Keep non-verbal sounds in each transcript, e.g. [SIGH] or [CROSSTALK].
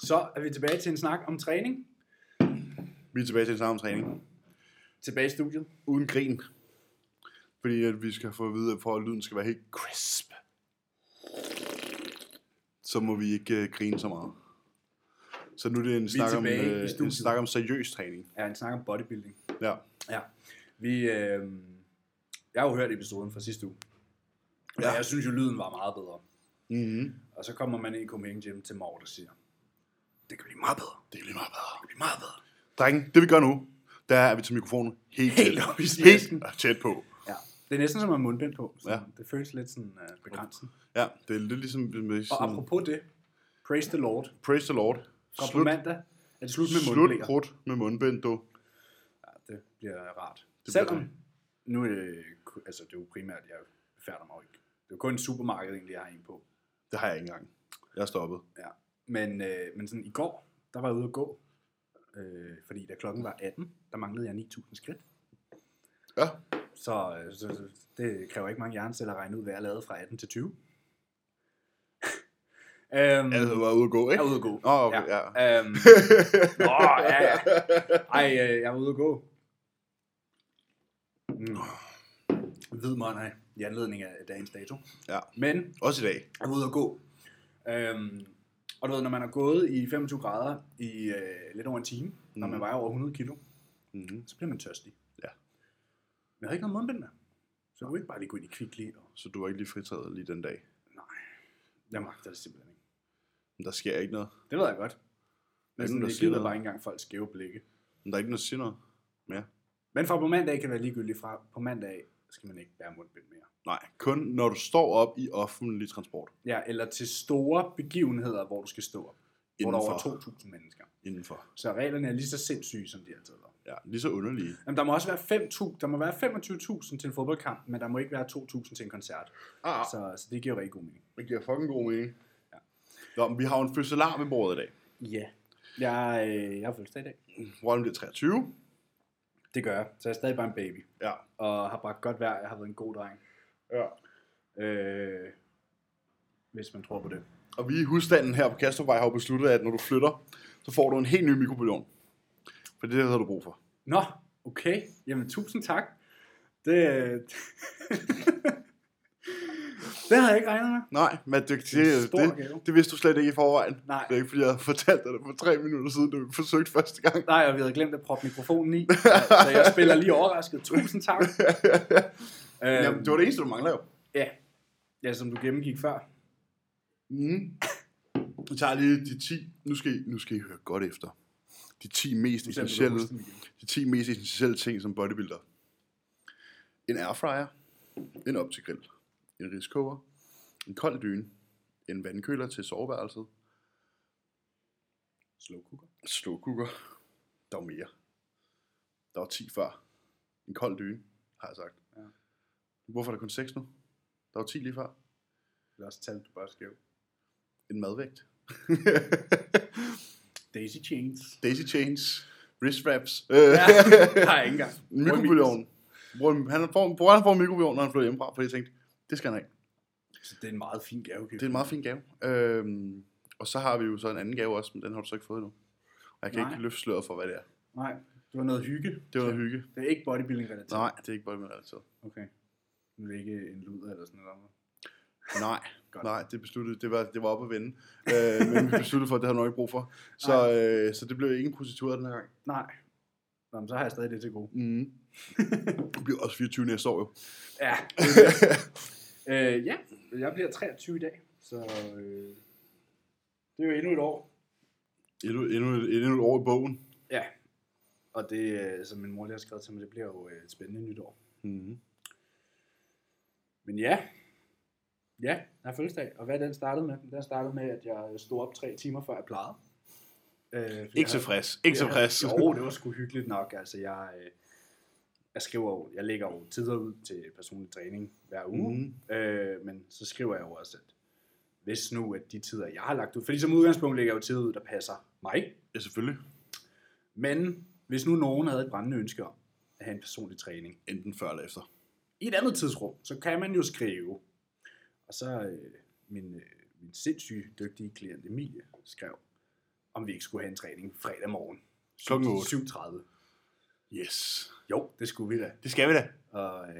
Så er vi tilbage til en snak om træning. Vi er tilbage til en samme træning. Tilbage i studiet. Uden grin. Fordi at vi skal få at vide, at for at lyden skal være helt crisp, så må vi ikke øh, grine så meget. Så nu er det en snak, om, tilbage i øh, en studiet. snak om seriøs træning. Ja, en snak om bodybuilding. Ja. Ja. Vi, øh, jeg har jo hørt episoden fra sidste uge. Ja. Ja. Jeg synes jo, lyden var meget bedre. Mm-hmm. Og så kommer man ind i Copenhagen Gym til Morten og siger, det kan blive meget bedre. Det kan blive meget bedre. Det kan blive meget bedre. Drenge, det vi gør nu, der er vi til mikrofonen helt, Helt tæt. oppe i smasken. helt tæt på. Ja. Det er næsten som at have mundbind på. Så Ja. Det føles lidt sådan uh, begrænset. Ja, det er lidt ligesom med Og sådan, apropos det, praise the Lord. praise the Lord. Går på Slut, mandag er det slut med slut mundblæer. krudt med mundbind, du. Ja, det bliver rart. Det Det Selvom, bliver nu er det, ku- altså det er jo primært, jeg færder mig jo ikke. Det er jo kun supermarkedet egentlig, jeg har en på. Det har jeg ikke engang. Jeg er stoppet. Ja. Men, øh, men sådan i går, der var jeg ude at gå, øh, fordi da klokken var 18, der manglede jeg 9.000 skridt. Ja, Så, øh, så, så det kræver ikke mange hjerneceller at regne ud, hvad jeg lavede fra 18 til 20. [LAUGHS] øhm, jeg var ude at gå, jeg ikke? var ude at gå. Åh, oh, okay, ja. ja. Øhm, nå, ja, ja. Ej, øh, jeg var ude at gå. Mm. Hvid måned i anledning af dagens dato. ja. Men [LAUGHS] Også i dag. jeg var ude at gå. Øhm, og du ved, når man har gået i 25 grader i øh, lidt over en time, mm. når man vejer over 100 kilo, Mm-hmm. så bliver man tørstig. Ja. Men jeg havde ikke noget mundbind med. Så jeg kunne ikke bare lige gå ind i kvickly. Og... Så du var ikke lige fritaget lige den dag. Jeg magter det simpelthen ikke. Men der sker ikke noget. Det ved jeg godt. Men Hvem sådan, der jeg siger gider noget? bare ikke engang folk skæve blikke. Men der er ikke noget, der siger noget mere. Men fra på mandag kan være ligegyldigt fra. På mandag skal man ikke bære mundbind mere. Nej, kun når du står op i offentlig transport. Ja, eller til store begivenheder, hvor du skal stå op. Hvor der er over Indenfor. 2.000 mennesker. Indenfor. Så reglerne er lige så sindssyge, som de altid har været. Ja, lige så underlige. Jamen, der må også være 5.000, der må være 25.000 til en fodboldkamp, men der må ikke være 2.000 til en koncert. Ah, Så, så det giver jo rigtig god mening. det giver fucking god mening. Ja. Nå, men vi har jo en fødselar ved bordet i dag. Ja. Jeg, øh, jeg har fødselsdag i dag. Rollen bliver 23. Det gør jeg. Så jeg er stadig bare en baby. Ja. Og har bragt godt vejr. Jeg har været en god dreng. ja. Øh, hvis man tror på det. Og vi i husstanden her på Kastrupvej har jo besluttet, at når du flytter, så får du en helt ny mikrobølgeovn. For det har du brug for. Nå, okay. Jamen, tusind tak. Det, [LAUGHS] øh, det havde jeg ikke regnet med. Nej, men det, det, er en stor det, gave. det, vidste du slet ikke i forvejen. Nej. Det er ikke, fordi jeg havde fortalt dig det for tre minutter siden, du forsøgte første gang. Nej, og vi havde glemt at proppe mikrofonen i. Så jeg spiller lige overrasket. Tusind tak. øhm, Jamen, det var det eneste, du mangler jo. Ja. ja, som du gennemgik før. Mm. Jeg tager lige de 10, nu skal, I, nu skal I høre godt efter. De 10 mest Selvom du essentielle, husker dem igen. de 10 mest essentielle ting som bodybuilder. En airfryer, en optigrill, en riskoger, en kold dyne, en vandkøler til soveværelset, Slow cooker. slåkukker, der var mere. Der var 10 før. En kold dyne, har jeg sagt. Ja. Ja. Hvorfor er der kun 6 nu? Der var 10 lige før. Det er også tal, du bare skæv. En madvægt. Daisy Chains. Daisy chains, wrist wraps. Ja, [LAUGHS] har jeg ikke engang. Mikrobølgeovnen. Bror, han får, bror, han får en mikrobølgeovn, når han flytter hjemmefra, fordi jeg tænkte, det skal han have. Så det er en meget fin gave. Det er en meget fin gave. Øhm, og så har vi jo så en anden gave også, men den har du så ikke fået endnu. Og jeg kan Nej. Nej. ikke løfte sløret for, hvad det er. Nej, det var noget hygge. Det var noget hygge. Det er ikke bodybuilding-relateret. Nej, det er ikke bare med relateret. Okay. Nu er det ikke en luder eller sådan noget. Nej. Godt. Nej, det besluttede, det var, det var op at vende. Øh, men vi besluttede for, at det havde nok ikke brug for. Så, øh, så det blev ikke en prostitueret den her gang. Nej. Nå, men så har jeg stadig det til gode. Mm. [LAUGHS] det bliver også 24 næste år jo. Ja. [LAUGHS] øh, ja, jeg bliver 23 i dag, så øh, det er jo endnu et år. Endnu, endnu, et- endnu et år i bogen. Ja. Og det, øh, som min mor lige har skrevet til mig, det bliver jo øh, et spændende nytår. Mm. Men ja, ja, jeg har fødselsdag. Og hvad er den startede med? Den startede med, at jeg stod op tre timer før jeg plejede. Øh, Ikke så tilfreds. Ikke tilfreds. Jo, det var sgu hyggeligt nok. Altså, jeg, øh, jeg skriver jo, jeg lægger jo tider ud til personlig træning hver uge. Mm. Mhm. Øh, men så skriver jeg jo også, at hvis nu, at de tider, jeg har lagt ud, fordi som udgangspunkt lægger jeg jo tider ud, der passer mig. Ja, selvfølgelig. Men hvis nu nogen havde et brændende ønske om at have en personlig træning, Enten før eller efter. i et andet tidsrum, så kan man jo skrive. Og så øh, min, øh, min sindssygt dygtige klient Emilie skrev, om vi ikke skulle have en træning fredag morgen. Klokken otte. 7.30. Yes. Jo, det skulle vi da. Det skal vi da. Og øh,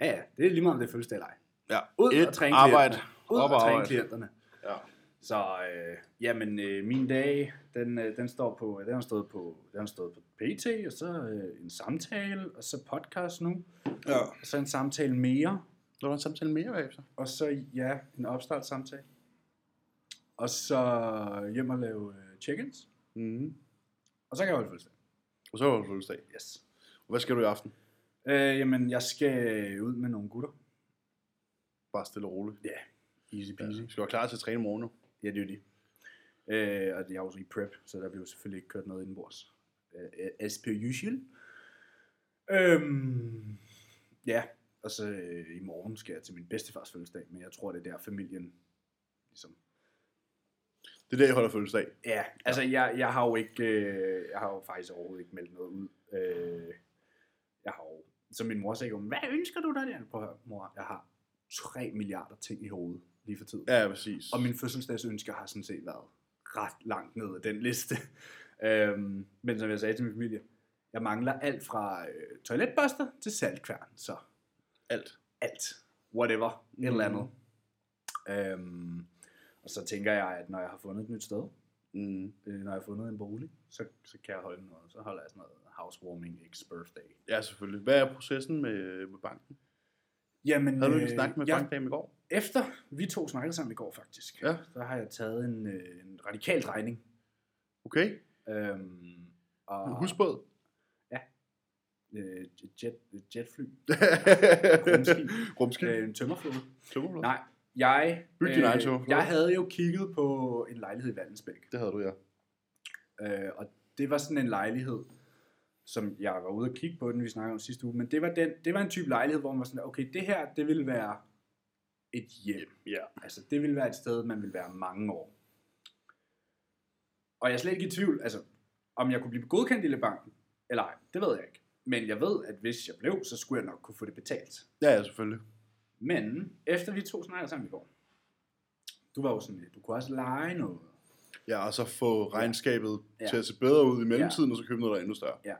ja, ja, det er lige meget om det er fødselsdag eller ej. Ja. Ud Et og træne arbejde. klienterne. Ud Op og og træne arbejde. klienterne. Ja. Så øh, jamen, øh, min dag, den, øh, den, står på, den, har stået på, den har stået på PT, og så øh, en samtale, og så podcast nu, ja. og så en samtale mere, Der var en samtale mere bagefter. og så ja, en opstartssamtale. Og så hjem og lave øh, check-ins, Mm. og så kan jeg holde fødselsdag. Og så var det fødselsdag. Yes. Hvad skal du i aften? Øh, jamen, jeg skal ud med nogle gutter. Bare stille og roligt. Ja, easy peasy. Ja. Skal være klar til at træne i morgen nu. Ja, det er jo det. Øh, og jeg er også i prep, så der bliver jo selvfølgelig ikke kørt noget indenbords. Øh, as per usual. Øhm, ja, og så øh, i morgen skal jeg til min bedstefars fødselsdag, men jeg tror, det er der familien ligesom Det er der, jeg holder fødselsdag. Ja, altså jeg, jeg har jo ikke, øh, jeg har jo faktisk overhovedet ikke meldt noget ud. Øh, jeg har jo, så min mor sagde jo, hvad ønsker du dig der? Prøv at høre, mor, jeg har 3 milliarder ting i hovedet lige for tiden. Ja, ja, præcis. Og min fødselsdagsønsker har sådan set været ret langt ned ad den liste. [LAUGHS] øhm, men som jeg sagde til min familie, jeg mangler alt fra øh, toiletbørster til saltkværn, så alt. alt, whatever, mm. et eller Mhm. andet. Øhm, og så tænker jeg, at når jeg har fundet et nyt sted, Mm. øh, når jeg har fundet en bolig, så, så kan jeg holde noget. Så holder jeg sådan noget housewarming ex birthday. Ja, selvfølgelig. Hvad er processen med, med banken? Jamen, Havde du ikke snakket med jeg, bankdamen i går? Efter vi to snakkede sammen i går faktisk, Ja. så har jeg taget en, øh, en radikal drejning. Okay. Øhm, og, Husbåd. øh, jet, jetfly. [LAUGHS] Rumskib. Rumskib. øh, en tømmerflåde. Tømmerblad. Nej, jeg, øh, Byg din egen tømmerflåde. jeg havde jo kigget på en lejlighed i Vandensbæk. Det havde du, ja. Øh, og det var sådan en lejlighed, som jeg var ude og kigge på den, vi snakkede om sidste uge, men det var, den, det var en type lejlighed, hvor man var sådan, okay, det her, det ville være et hjem. Ja. Altså, det ville være et sted, man ville være mange år. Og jeg er slet ikke i tvivl, altså, om jeg kunne blive godkendt i Lebanken, eller ej, det ved jeg ikke. Men jeg ved, at hvis jeg blev, så skulle jeg nok kunne få det betalt. Ja, ja, selvfølgelig. Men efter vi to snakkede sammen i går, du var jo sådan, lidt, du kunne også lege noget. Ja, og så få regnskabet Ja. ja. til at se bedre ud i mellemtiden, ja. og så købe noget, der er endnu større. Ja.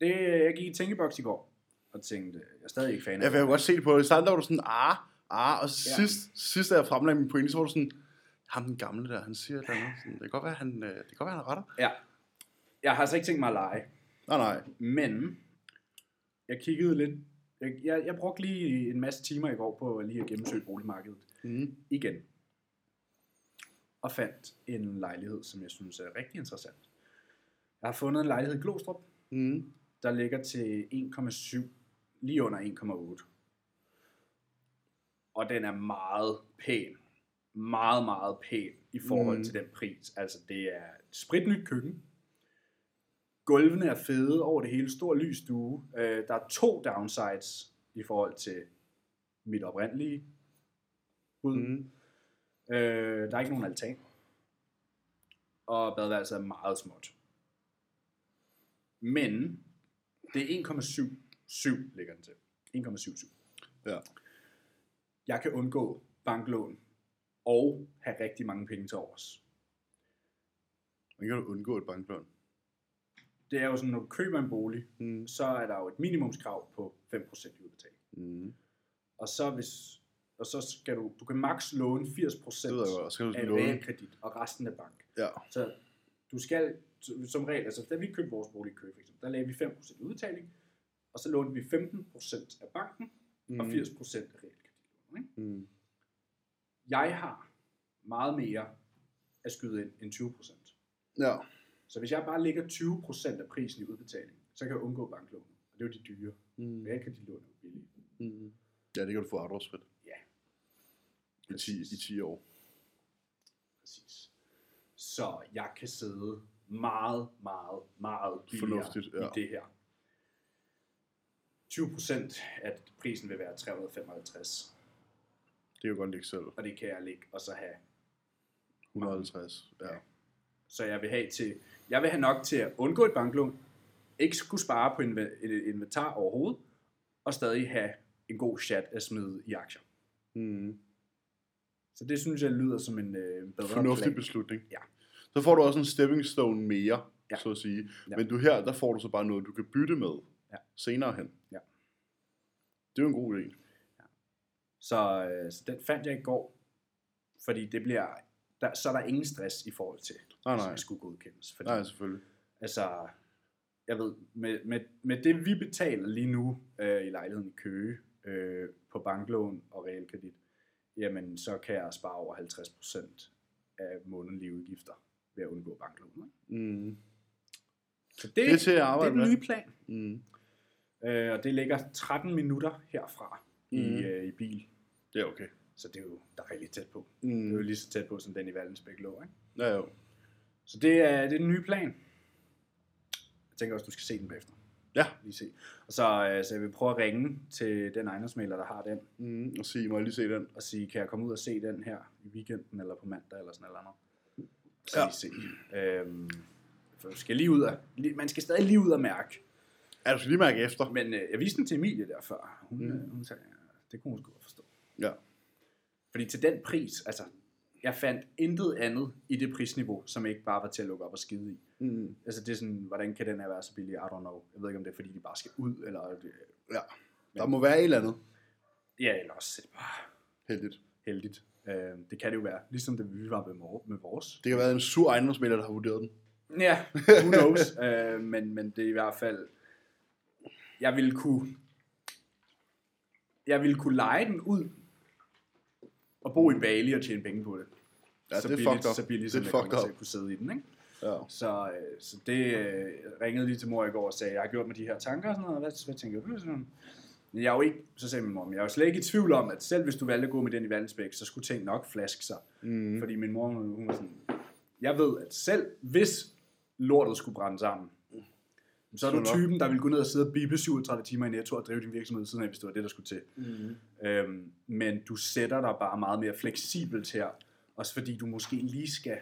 Det, jeg gik i tænkeboks i går, og tænkte, jeg er stadig ikke fan af Jeg kan godt se det på. I starten der var du sådan, ah, ah, og Ja. sidst, sidst da jeg fremlagde min pointe, så var du sådan, ham den gamle der, han siger et eller andet. Sådan, det kan godt være, han, øh, det kan godt være, han retter. Ja. Jeg har altså ikke tænkt mig at lege, Nej, nej. men jeg kiggede lidt. Jeg, jeg, jeg brugte lige en masse timer i går på lige at gennemsøge boligmarkedet Mm. igen. Og fandt en lejlighed, som jeg synes er rigtig interessant. Jeg har fundet en lejlighed i Glostrup, Mm. der ligger til 1,7, lige under 1,8. Og den er meget pæn. Meget, meget pæn i forhold mm. Mm. til den pris. Altså, det er et spritnyt køkken. Gulvene er fede over det hele. Stor lys stue. Øh, der er to downsides i forhold til mit oprindelige bud. Mm. Mm. Øh, der er ikke nogen altan. Og badeværelset er meget småt. Men det er 1,77 ligger den til. 1,77. Ja. Jeg kan undgå banklån og have rigtig mange penge til overs. Man kan jo undgå et banklån. Det er jo sådan, når du køber en bolig, Mm. så er der jo et minimumskrav på 5% i udbetaling. Mm. Og så, hvis, og så skal du, du kan maks låne 80% Det ved jeg godt. Og så kan du af sådan låne. realkredit og resten af bank. Ja. Så du skal t- som regel, altså da vi købte vores bolig i Køge, for eksempel, der lagde vi 5% i udbetaling, og så lånte vi 15% af banken mm. og 80% af realkreditlån. ikke? Mm. Jeg har meget mere at skyde ind end 20%. Ja. Så hvis jeg bare ligger 20% af prisen i udbetaling, så kan jeg undgå banklån. Og det er jo de dyre. Mm. Realkreditlån er jo billige. Mm. Ja, det kan du få afdragsfrit. Ja. I 10, I 10 år. Præcis. Så jeg kan sidde meget, meget, meget billigere Fornuftigt, ja. i det her. 20 procent af prisen vil være 355, Det kan jo godt ligge selv. og det kan jeg ligge og så have. 150. Ja. Så jeg vil have, til, jeg vil have nok til at undgå et banklån, ikke skulle spare på inve- et inventar overhovedet, og stadig have en god chat at smide i aktier. Mm. Så det synes jeg lyder som en øh, en bedre Fornuftig plan. beslutning. Ja. Så får du også en stepping stone mere, Ja. ja. så at sige. Ja. Ja. Men du her, der får du så bare noget, du kan bytte med Ja. ja. senere hen. Ja. Det er jo en god idé. Så, øh, så den fandt jeg i går, fordi det bliver, der, så er der ingen stress i forhold til, Nej, at nej. det skulle godkendes. Fordi, Nej, selvfølgelig. altså, jeg ved, med, med, med det vi betaler lige nu øh, i lejligheden i Køge øh, på banklån og realkredit, jamen så kan jeg spare over 50% af månedlige udgifter ved at undgå banklån. ikke? Mm. Så det, Det er til at det er arbejde den med. nye plan. Mm. Øh, og det ligger 13 minutter herfra i, Mhm. øh, i bil. Det er okay. Så det er jo der er rigtig tæt på. Det er jo Mm. lige så tæt på, som den i Vallensbæk lå. Ikke? Ja, jo. Så det er, det er den nye plan. Jeg tænker også, du skal se den bagefter. Ja. Lige se. Og så, øh, så jeg vil prøve at ringe til den ejendomsmaler, der har den, Mm. Og sige, må jeg lige se den? og sige, kan jeg komme ud og se den her i weekenden, eller på mandag, eller sådan noget andet. Så Ja. lige se. Øhm, for du skal lige ud af, lige, man skal stadig lige ud og mærke. Ja, du skal lige mærke efter. Men øh, jeg viste den til Emilie der før. Hun, Mm. mm. hun sagde, ja, det kunne hun sgu godt forstå. Ja. Fordi til den pris, altså, jeg fandt intet andet i det prisniveau, som ikke bare var til at lukke op og skide i. Mm. Altså det er sådan, hvordan kan den her være så billig? I don't know. Jeg ved ikke, om det er, fordi de bare skal ud, eller... øh, Ja. Der må være et eller andet. Ja, eller også er det bare Heldigt. heldigt. Øh, det kan det jo være. Ligesom det, vi var med, mor- med vores. Det kan være en sur ejendomsmælder, der har vurderet den. Ja, [LAUGHS] who knows. øh, men, men det er i hvert fald... Jeg ville kunne... Jeg ville kunne lege den ud og bo i Bali og tjene penge på det. Ja, så det er billigt, fucked up. Så billigt, Det som er jeg kommer fucked til up. at kunne sidde i den, ikke? Ja. Så, øh, så det øh, ringede lige til mor i går og sagde, jeg har gjort mig de her tanker og sådan noget, hvad, hvad tænker du? Sådan. Men jeg er jo ikke, så sagde min mor, "Men jeg er jo slet ikke i tvivl om, at selv hvis du valgte at gå med den i Vallensbæk, så skulle ting nok flaske sig. Mm. Fordi min mor, hun hun var sådan, jeg ved, at selv hvis lortet skulle brænde sammen, så er du Skulle nok. typen, der vil gå ned og sidde og bippe 37 timer i netto og drive din virksomhed ved siden af, hvis det var det, der skulle til. Mm. Øhm, men du sætter dig bare meget mere fleksibelt her, også fordi du måske lige skal,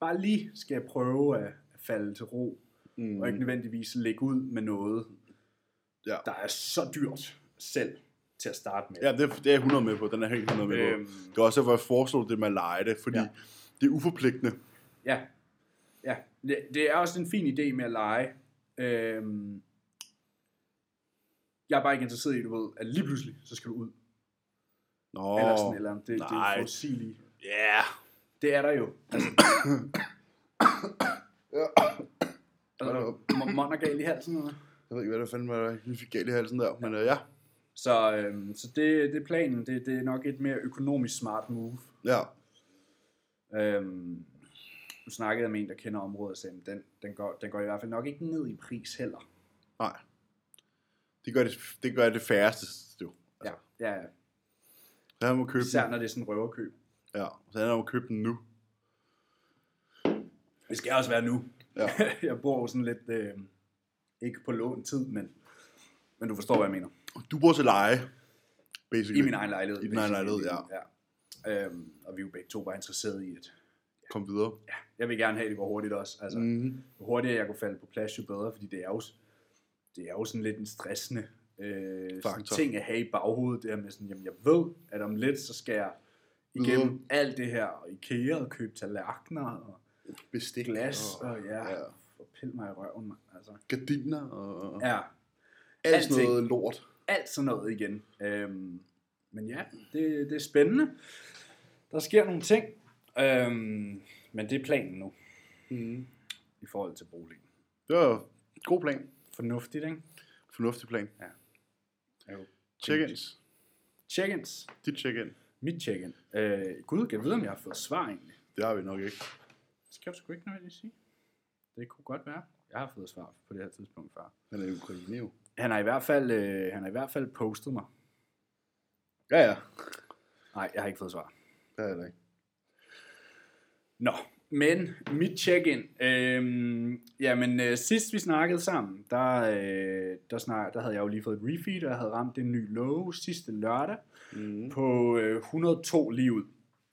bare lige skal prøve at, at falde til ro, mm. og ikke nødvendigvis lægge ud med noget, Ja. der er så dyrt selv til at starte med. Ja, det, er- det er jeg 100 med på. Den er helt 100 med Øhm. på. Det var også derfor, jeg foreslog det med at lege det, fordi Ja. ja. det er uforpligtende. ja. ja. Det, det er også en fin idé med at lege. Øhm, jeg er bare ikke interesseret i, du ved, at lige pludselig, så skal du ud. Nå, eller sådan, eller det, det er nej. forudsigeligt. ja. Det er der jo. Altså, ja. er der mon- mon og galt i halsen. Eller? Jeg ved ikke, hvad der fanden var der lige fik galt i halsen der, men øh, ja. Så, øhm, så det, det er planen. Det, det er nok et mere økonomisk smart move. Ja, Øhm, nu snakkede jeg med en, der kender området, og sagde, "Men den, den, går, den går i hvert fald nok ikke ned i pris heller. nej. Det gør det, det, gør det færreste, jo. Ja, ja ja. Så han må købe især den. når det er sådan en røverkøb. Ja, så han må købe den nu. Det skal også være nu. Ja. [LAUGHS] jeg bor jo sådan lidt, øh, ikke på lån tid, men, men du forstår, hvad jeg mener. Du bor til leje, basically. I min egen lejlighed. I din egen lejlighed, ja. ja. Øhm, og vi er jo begge to bare interesseret i, at Kom videre. jeg vil gerne have, at det går hurtigt også. Altså, Mm. jo hurtigere jeg kunne falde på plads, jo bedre, fordi det er jo, det er jo sådan lidt en stressende øh, sådan Faktor. ting at have i baghovedet, det her med sådan, jamen jeg ved, at om lidt, så skal jeg igennem Videre. alt det her, og IKEA og købe tallerkener og Bestik. glas, og, og ja, ja. og pille mig i røven, mand, altså. Gardiner og ja. Ja, alt sådan alting. noget lort. alt sådan noget igen. Øhm, men ja, det, det er spændende. Der sker nogle ting, øhm, men det er planen nu, Mm. i forhold til boligen. Det var god plan. Fornuftigt, ikke? Fornuftig plan. Jo. Check-ins. Check-ins. Dit check-in. Mit check-in. Øh, gud, kan jeg vide, om jeg har fået svar egentlig? Det har vi nok ikke. Det skal jeg sgu ikke nødvendigvis sige. Det kunne godt være. Jeg har fået svar på det her tidspunkt før. Han er ukraine jo. Han har i hvert fald, øh, han har i hvert fald postet mig. Ja, ja. Nej, jeg har ikke fået svar. Det er det ikke. Nå, men mit check-in. Øh, jamen, øh, sidst vi snakkede sammen, der, øh, der, snak, der havde jeg jo lige fået et refeed, og jeg havde ramt en ny low sidste lørdag Mm. på øh, 102 lige ud.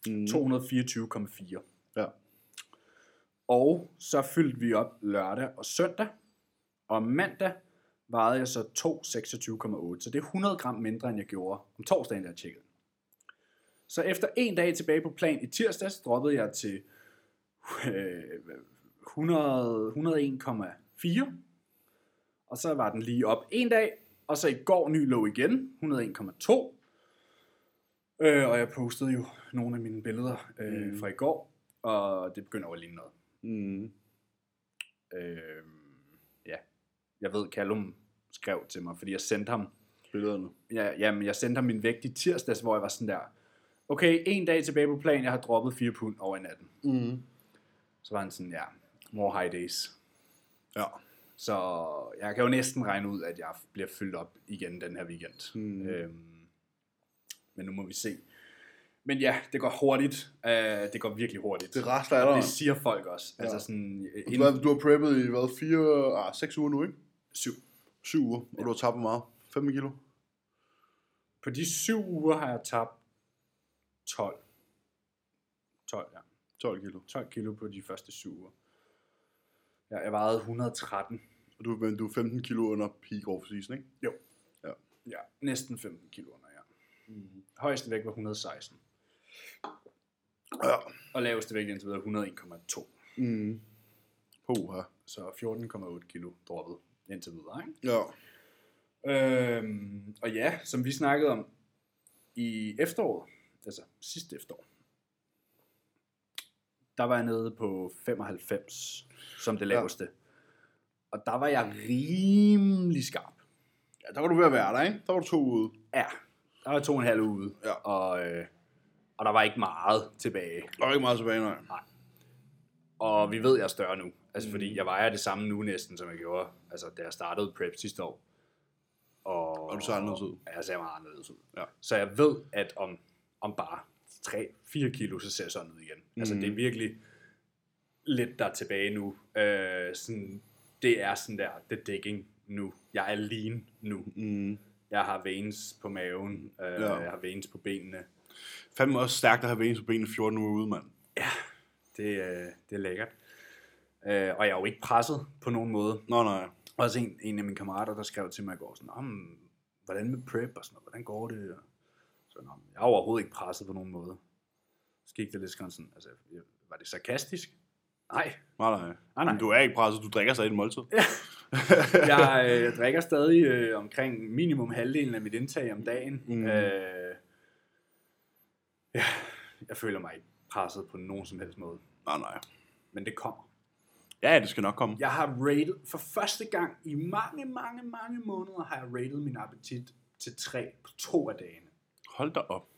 Mm. 224,4. Ja. Og så fyldte vi op lørdag og søndag. Og mandag vejede jeg så 226,8. Så det er 100 gram mindre, end jeg gjorde om torsdagen, da jeg tjekkede. Så efter en dag tilbage på plan i tirsdags, droppede jeg til øh, 100, 101,4. Og så var den lige op en dag, og så i går ny lå igen, 101,2. Øh, og jeg postede jo nogle af mine billeder øh, Mm. fra i går, og det begynder jo at ligne noget. Mm. Øh, ja, jeg ved, Callum skrev til mig, fordi jeg sendte ham Billederne. ja, jamen, jeg sendte ham min vægt i tirsdags, hvor jeg var sådan der, okay, en dag tilbage på plan, jeg har droppet 4 pund over i natten. Mm. Så var han sådan, ja, more high days. Ja. Så jeg kan jo næsten regne ud, at jeg bliver fyldt op igen den her weekend. Mm. Øhm, men nu må vi se. Men ja, det går hurtigt. Uh, det går virkelig hurtigt. Det rasler af Og dig. det siger folk også. Ja. Ja. Altså sådan, øh, Du, har- du har preppet i, hvad, fire, ah, seks uger nu, ikke? syv. Syv uger, og du har tabt hvor meget. 15 kilo. På de syv uger har jeg tabt 12. 12, ja. 12 kilo. 12 kilo på de første syv uger. Ja, jeg vejede 113. Og du, men du er 15 kilo under peak off season, ikke? Jo. Ja. Ja, næsten 15 kilo under, ja. Højeste vægt var 116. Ja. Og laveste vægt indtil videre 101,2. Mm. Puh, ja. Så 14,8 kilo droppet indtil videre, ikke? Ja. Øhm, og ja, som vi snakkede om i efteråret, altså sidste efterår, der var jeg nede på 95 som det Ja. laveste. Og der var jeg rimelig skarp. ja, der var du ved at være der, ikke? Der var du to ude. Ja, der var to og en halv uge ude, Ja. og, øh, og der var ikke meget tilbage. Der var ikke meget tilbage, nej. Og vi ved, jeg er større nu, altså Mm. fordi jeg vejer det samme nu næsten, som jeg gjorde, altså da jeg startede prep sidste år. Og, Og du ser anderledes ud. Ja, jeg ser meget anderledes ud. Ja. Så jeg ved, at om, om bare 3-4 kilo, så ser jeg sådan ud igen. Mm. Altså det er virkelig lidt der er tilbage nu. Øh, sådan, det er sådan der, det er digging nu. Jeg er lean nu. Mm. Jeg har veins på maven, øh, Ja. jeg har veins på benene. Fandme også stærkt at have venet på benene 14 uger ude, mand. Det, øh, det er lækkert. Øh, og jeg er jo ikke presset på nogen måde. Nå, nej. Også en, en af mine kammerater, der skrev til mig i går, sådan, om, hvordan med prep og sådan noget, hvordan går det? Og Så, Nå, men jeg er overhovedet ikke presset på nogen måde. Så gik det lidt sådan, sådan, altså, jeg- var det sarkastisk? Nej, [LAUGHS] Nej, nej. nej, nej. Men du er ikke presset, du drikker sig et måltid. jeg øh, jeg drikker stadig øh, omkring minimum halvdelen af mit indtag om dagen. Mm. Mm. Øh, ja, jeg føler mig ikke presset på nogen som helst måde, Nej, nej. men det kommer. Ja, det skal nok komme. Jeg har rated, for første gang i mange, mange, mange måneder, har jeg rated min appetit til tre på to af dagene. Hold da op.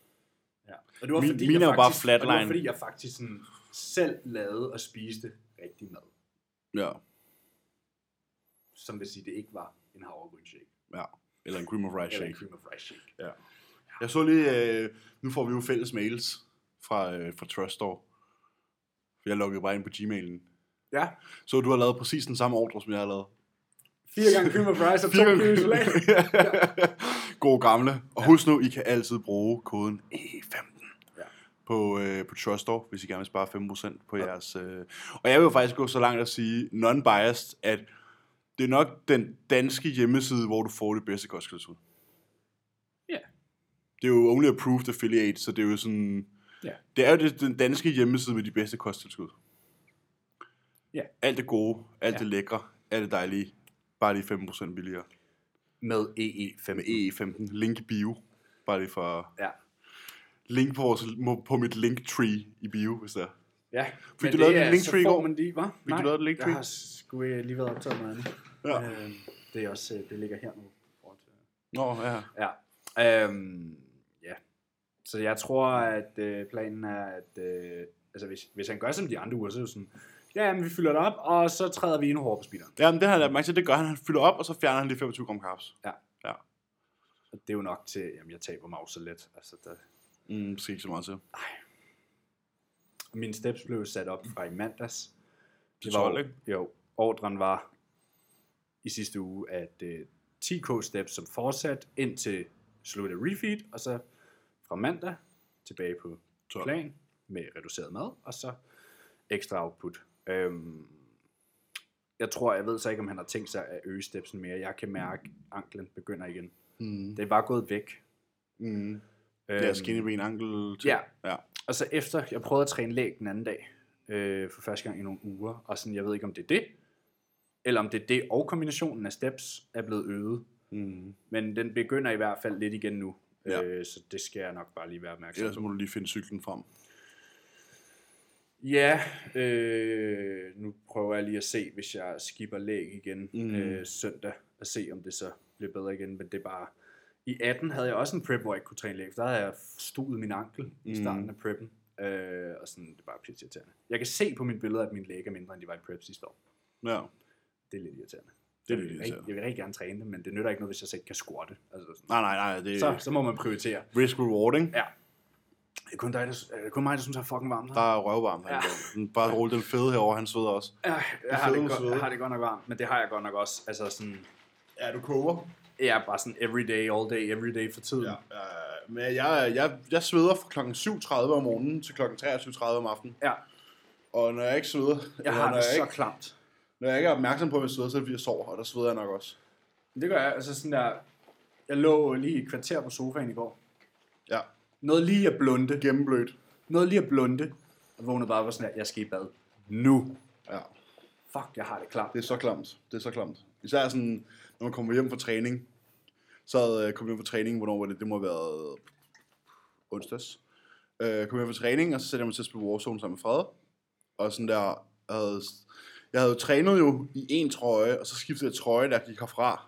Ja. Og det var, Min- fordi mine jeg er jo bare faktisk, og Det var, flatline. fordi jeg faktisk sådan selv lavede og spiste rigtig mad. Ja. Som vil sige, det ikke var en havregryn shake. ja. Eller en cream of rice Eller en shake. cream of rice shake. Ja. Jeg så lige, øh, nu får vi jo fælles mails fra, øh, fra Trustore. Jeg loggede bare ind på Gmailen. Ja. Så du har lavet præcis den samme ordre, som jeg har lavet. Fire gange cream of rice og to kilo salat. [LAUGHS] God gamle. Og ja. husk nu, I kan altid bruge koden E15 Ja. ja. på, øh, på Trustore, hvis I gerne vil spare 5% på ja. jeres... Øh. Og jeg vil jo faktisk gå så langt at sige, non-biased, at det er nok den danske hjemmeside, hvor du får det bedste kosttilskud. Ja. Det er jo only approved affiliate, så det er jo sådan... Ja. Det er jo det, den danske hjemmeside med de bedste kosttilskud. Ja. Alt det gode, alt Ja. ja. det lækre, alt det dejlige. Bare lige 5% billigere. Med E EE5. Med E15. Link i bio. Bare lige for... Ja. Link på, vores, må- på mit linktree i bio, hvis det er. Ja. Fik du lavet en link tree i går? Man lige, hva? du lavet en link jeg tree? har sgu øh, lige været optaget med andet. Ja. Øh, det er også, øh, det ligger hernede. Forhold til- Nå, ja. Ja. Øhm, ja. Så jeg tror, at øh, planen er, at øh, altså hvis, hvis han gør som de andre uger, så er det jo sådan, ja, men vi fylder det op, og så træder vi endnu hårdere på speederen. Jamen, det har jeg lagt mærke til. Det gør han. Han fylder op, og så fjerner han lige 25 gram carbs. Og det er jo nok til, jamen jeg taber mig jo så let. Altså, der, Mm, skal ikke så meget til. mine steps blev jo sat op fra i mandags. Til var 12, jo- ikke? Jo, ordren var i sidste uge, at øh, 10k steps som fortsat ind til slut af refeed, og så fra mandag tilbage på 12. plan med reduceret mad, og så ekstra output. Øhm, jeg tror, jeg ved så ikke, om han har tænkt sig at øge stepsen mere. Jeg kan mærke, at anklen begynder igen. Mm. Det er bare gået væk. Mm. Det er Øhm, skinny ben ankel til. Ja. ja. Og så efter, jeg prøvede at træne læg den anden dag, øh, for første gang i nogle uger, og sådan, jeg ved ikke om det er det, eller om det er det, og kombinationen af steps er blevet øget. Mm. Men den begynder i hvert fald lidt igen nu, Ja. altså ja. øh, så det skal jeg nok bare lige være opmærksom Ellers på. må du lige finde cyklen frem. Ja, øh, nu prøver jeg lige at se, hvis jeg skipper læg igen Mm. mm. øh, søndag, at se om det så bliver bedre igen, men det er bare... I 18 havde jeg også en prep, hvor jeg ikke kunne træne læg, for der havde jeg stuet min ankel i Mm. starten af preppen, øh, og sådan, det er bare pisse irriterende. Jeg kan se på mine billeder, at mine læg er mindre, end de var i prep sidste år. Ja. Det er lidt irriterende. Det Jeg er lidt vil rigtig- irriterende. Jeg vil rigtig gerne træne det, men det nytter ikke noget, hvis jeg så ikke kan squatte. Altså, sådan. Nej, nej, nej. Det er Så, så må man prioritere. risk rewarding. Ja. Det er kun, dig, der, er det kun mig, der synes, jeg er fucking varmt her. Der er røvvarm ja. Ja. Bare rolig den fede herover, han sveder også. Ja, jeg har fede det, med godt, svede. jeg har det godt nok varmt, men det har jeg godt nok også. Altså sådan, Ja, du koger. jeg er bare sådan every day, all day, every day for tiden. Ja, Ja, øh, men jeg, jeg, jeg sveder fra kl. 7.30 om morgenen til kl. 23.30 om aftenen. ja Og når jeg ikke sveder, eller jeg har når, det jeg så ikke, klamt. når jeg ikke er opmærksom på, at jeg sveder, så er det fordi, jeg sover, og der sveder jeg nok også. Men Det gør jeg, altså sådan der, jeg lå lige et kvarter på sofaen i går. Ja, Noget lige at blunde, gennemblødt. noget lige at blunde. Jeg vågnede bare og var sådan der, jeg skal i bad. Nu. Ja, Fuck, jeg har det klamt. det er så klamt. Det er så klamt. Især sådan, når man kommer hjem fra træning. Så havde jeg kommet hjem fra træning, hvornår var det? Det må have været onsdags. Øh, kom hjem fra træning, og så satte jeg mig til at spille Warzone sammen med Frede. Og sådan der, jeg havde, jeg havde jo trænet jo i en trøje, og så skiftede jeg trøje, da jeg gik herfra.